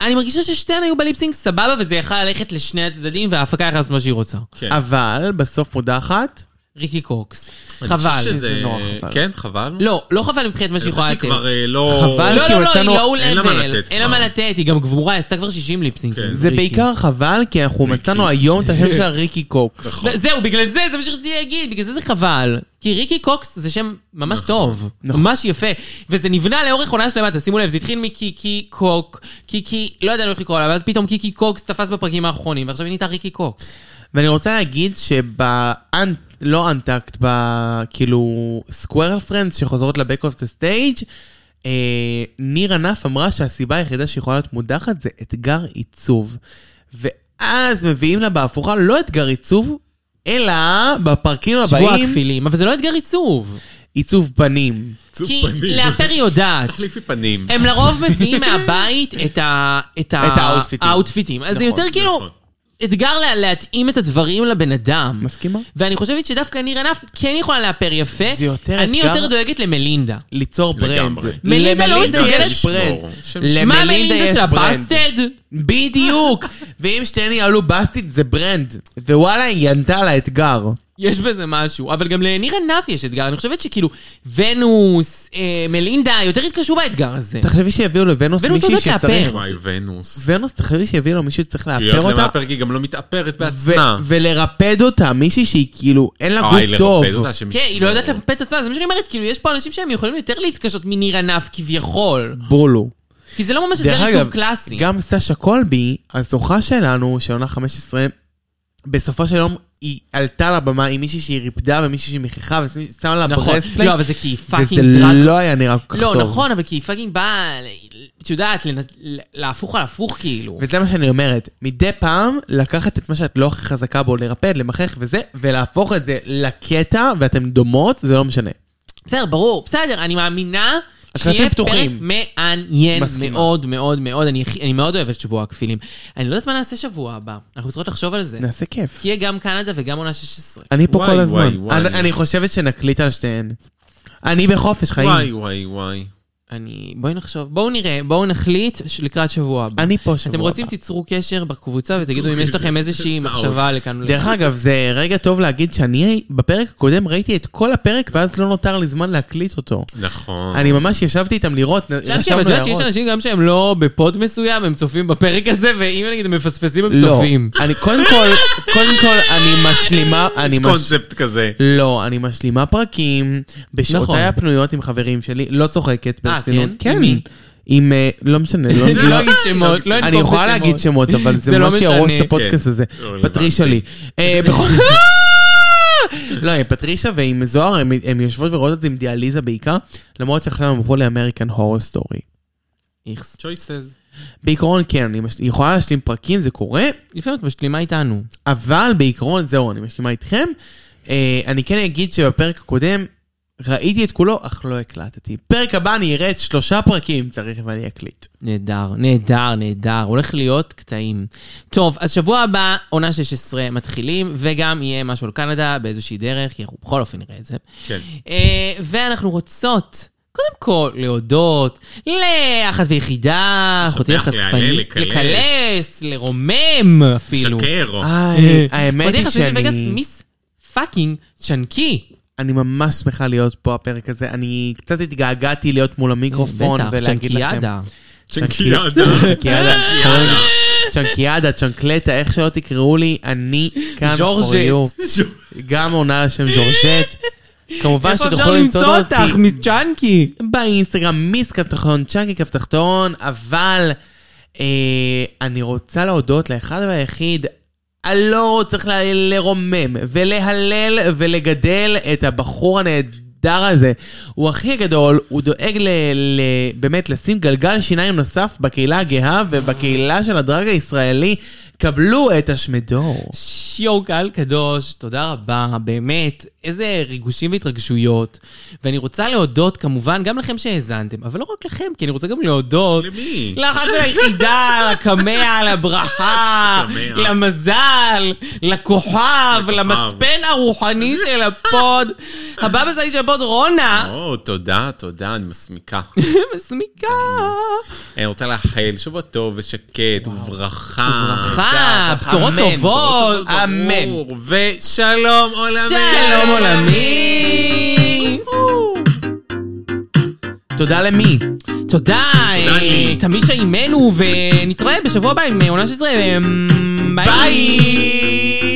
אני מרגישה ששתיהן היו בליפסינג סבבה, וזה יכל ללכת לשני הצדדים, וההפקה יכולה לעשות מה שהיא רוצה. כן. אבל בסוף מודחת. ריקי קוקס. אני חבל. חושב שזה נורא חבל. כן, חבל. לא, לא חבל מבחינת מה אני שהיא חושב יכולה שהיא לתת. כבר אה, לא... חבל. לא, כי לא, לא, היא יצאנו- לא אין לה מה לתת אין לה כבר. מה לתת, היא גם גבורה, היא עשתה כבר 60 ליפסינגים. כן. זה ריקי. בעיקר חבל, כי אנחנו מצאנו היום את השם שלה ריקי קוקס. נכון. זה- זהו, בגלל זה, זה מה שרציתי להגיד, בגלל זה זה חבל. כי ריקי קוקס זה שם ממש נכון. טוב, נכון. ממש יפה. וזה נבנה לאורך עונה שלמה, תשימו לב, זה התחיל מקיקי קוק, קיקי, לא ידענו איך לקרוא לה, ואז פתאום קיקי קוקס תפס בפרקים האחרונים, ועכשיו היא נהייתה ריקי קוקס. ואני רוצה להגיד שבאנט, לא אנטקט, כאילו סקוורל פרנדס שחוזרות לבק אוף דה סטייג', ניר ענף אה, אמרה שהסיבה היחידה שיכולה להיות מודחת זה אתגר עיצוב. ואז מביאים לה בהפוכה לא אתגר עיצוב, אלא בפרקים שבוע הבאים הכפילים, אבל זה לא אתגר עיצוב. עיצוב פנים. צוף כי פנים. לאפר היא יודעת. תחליפי פנים. הם לרוב מביאים מהבית את ה... את את האאוטפיטים. האאוטפיטים. אז זה נכון, יותר כאילו נכון. אתגר לה- להתאים את הדברים לבן אדם. מסכימה? ואני חושבת שדווקא ניר ענף כן יכולה לאפר יפה. זה יותר אני אתגר- יותר דואגת למלינדה. ליצור ברנד. לגמרי. מלינדה לא למלינדה מסוגלת- יש ברנד. שם- מה למלינדה מלינדה יש שלה? ברנד. בסטד? בדיוק! *laughs* ואם שתיהן יעלו בסטית זה ברנד. ווואלה, היא ענתה על האתגר. יש בזה משהו, אבל גם לניר ענף יש אתגר, אני חושבת שכאילו, ונוס, אה, מלינדה, יותר התקשו באתגר הזה. תחשבי שיביאו לוונוס ונוס מישהי יודעת שצריך... לאפר. וואי, ונוס. ונוס, תחשבי שיביאו לו מישהו שצריך היא לאפר יודעת אותה, למאפר, כי היא גם לא מתאפרת ו- בעצמה. ולרפד אותה, מישהי שהיא כאילו, אין לה אוי, גוף טוב. אה, לרפד אותה שמישהו- כן, היא לא יודעת לפמפם את עצמה, זה מה שאני אומרת, כאילו, יש פה אנשים שהם יכולים יותר להתקשות מניר ענף כביכול. בולו. כי זה לא ממש דרך אתגר עיצוב אגב, קלאסי. גם סשה קולבי, הזוכה שלנו, של עונה 15, בסופו של יום היא עלתה לבמה עם מישהי שהיא ריפדה ומישהי שהיא מכיחה ושמה לה נכון. ברספלייט, לא, אבל זה כי היא וזה פאקינג דרג... לא היה נראה כל כך טוב. לא, נכון, אבל כי היא פאקינג באה, ל- את יודעת, לנס- ל- להפוך על הפוך כאילו. וזה מה שאני אומרת, מדי פעם לקחת את מה שאת לא הכי חזקה בו, לרפד, למחך וזה, ולהפוך את זה לקטע, ואתן דומות, זה לא משנה. בסדר, ברור, בסדר, אני מאמינה הקלפים שיהיה פרק פתוחים. מעניין מסכימה. מאוד מאוד מאוד. אני הכי- אני מאוד אוהבת שבוע הכפילים. אני לא יודעת מה נעשה שבוע הבא, אנחנו צריכות לחשוב על זה. נעשה כיף. כי יהיה גם קנדה וגם עונה 16. אני פה וואי, כל וואי, הזמן. וואי. אני- אני חושבת שנקליט על שתיהן. אני בחופש וואי, חיים. וואי, וואי. אני... בואי נחשוב, בואו נראה, בואו נחליט ש- לקראת שבוע הבא. אני פה שבוע אתם רוצים, הבא. תיצרו קשר בקבוצה ותגידו אם תיצרו יש לכם קשר. איזושהי הצעות. מחשבה לכאן או לכאן. דרך אגב, זה רגע טוב להגיד שאני הי- בפרק הקודם ראיתי את כל הפרק, ואז לא נותר לי זמן להקליט אותו. נכון. אני ממש ישבתי איתם לראות, נ- שאלתי, אבל רשמנו את יודעת שיש הערות. אנשים גם שהם לא בפוד מסוים, הם צופים בפרק הזה, ואם נגיד הם מפספסים, הם לא, צופים. אני קודם כל, קודם כל, אני משלימה, אני יש מש... קונספט כזה. לא, אני משלימה פרקים נכון. בשעותיי הפנויות עם חברים שלי, לא צוחקת אה, ברצינות. כן? עם מי? עם, אה, לא משנה, לא אני *laughs* לא לא- אגיד שמות, לא אני אנקוב יכולה בשמות. להגיד שמות, אבל זה זה לא ממש יהרוס את משנה. הפודקאסט כן. הזה. לא רלוונטי. פטרישה לי. אה, בכל- *laughs* לא, אה, פטרישה ועם זוהר, הם- הם יושבות ורואות את זה עם דיאליזה בעיקר, למרות שעכשיו הם עברו לאמריקן הורו סטורי. איכס. choices. בעיקרון כן, אני מש- יכולה להשלים פרקים, זה קורה, לפעמים את משלימה איתנו. אבל בעיקרון זהו, אני משלימה איתכם. אה, אני כן אגיד שבפרק הקודם ראיתי את כולו, אך לא הקלטתי. פרק הבא אני אראה את שלושה פרקים אם צריך ואני אקליט. נהדר, נהדר, נהדר. הולך להיות קטעים. טוב, אז שבוע הבא, עונה 16 מתחילים, וגם יהיה משהו על קנדה באיזושהי דרך, כי אנחנו בכל אופן נראה את זה. כן. אה, ואנחנו רוצות, קודם כל, להודות לאחת ויחידה, אחותי לשבח, להלל, החשפנית, לקלס. לקלס, לרומם אפילו. שקר. אה, איי, אה, האמת אחותי היא החשפנית וגאס, שאני מיס פאקינג צ'נקי. אני ממש שמחה להיות פה הפרק הזה. אני קצת התגעגעתי להיות מול המיקרופון בטח, ולהגיד לכם. צ'נקיאדה. צ'נקיאדה. צ'נקיאדה. צ'נקיאדה, צ'נקלטה, איך שלא תקראו לי, אני כאן for ז'ורג'ט. you. גם עונה לשם ז'ורג'ט. כמובן שתוכלו למצוא אותי מיס צ'אנקי? באינסטגרם מיס כף תחתון, צ'אנקי כף תחתון, אבל אה, אני רוצה להודות לאחד והיחיד, הלא צריך ל- לרומם ולהלל ולגדל את הבחור הנהדר הזה. הוא הכי גדול, הוא דואג ל, ל, באמת לשים גלגל שיניים נוסף בקהילה הגאה ובקהילה של הדרג הישראלי. קבלו את השמדור. ש- יואו, קהל קדוש, תודה רבה, באמת, איזה ריגושים והתרגשויות. ואני רוצה להודות כמובן גם לכם שהאזנתם, אבל לא רק לכם, כי אני רוצה גם להודות... למי? לאחת היחידה, לקמע, *laughs* לברכה, לקמע. למזל, לכוכב, לכוכב. למצפן הרוחני של *laughs* הפוד, הבבא סאי של הפוד, אה. רונה, או, תודה, תודה, אני *laughs* מסמיקה. אוקיי. מסמיקה. אני רוצה לאחל שבוע טוב ושקט וברכה. וברכה, בשורות אמן, טובות, אמן. אמן. ושלום עולמי. שלום עולמי. תודה למי? תודה, אה, לי. תמישה עימנו, ונתראה בשבוע הבא עם אה, עונה 16. אה, אמ, ביי. ביי!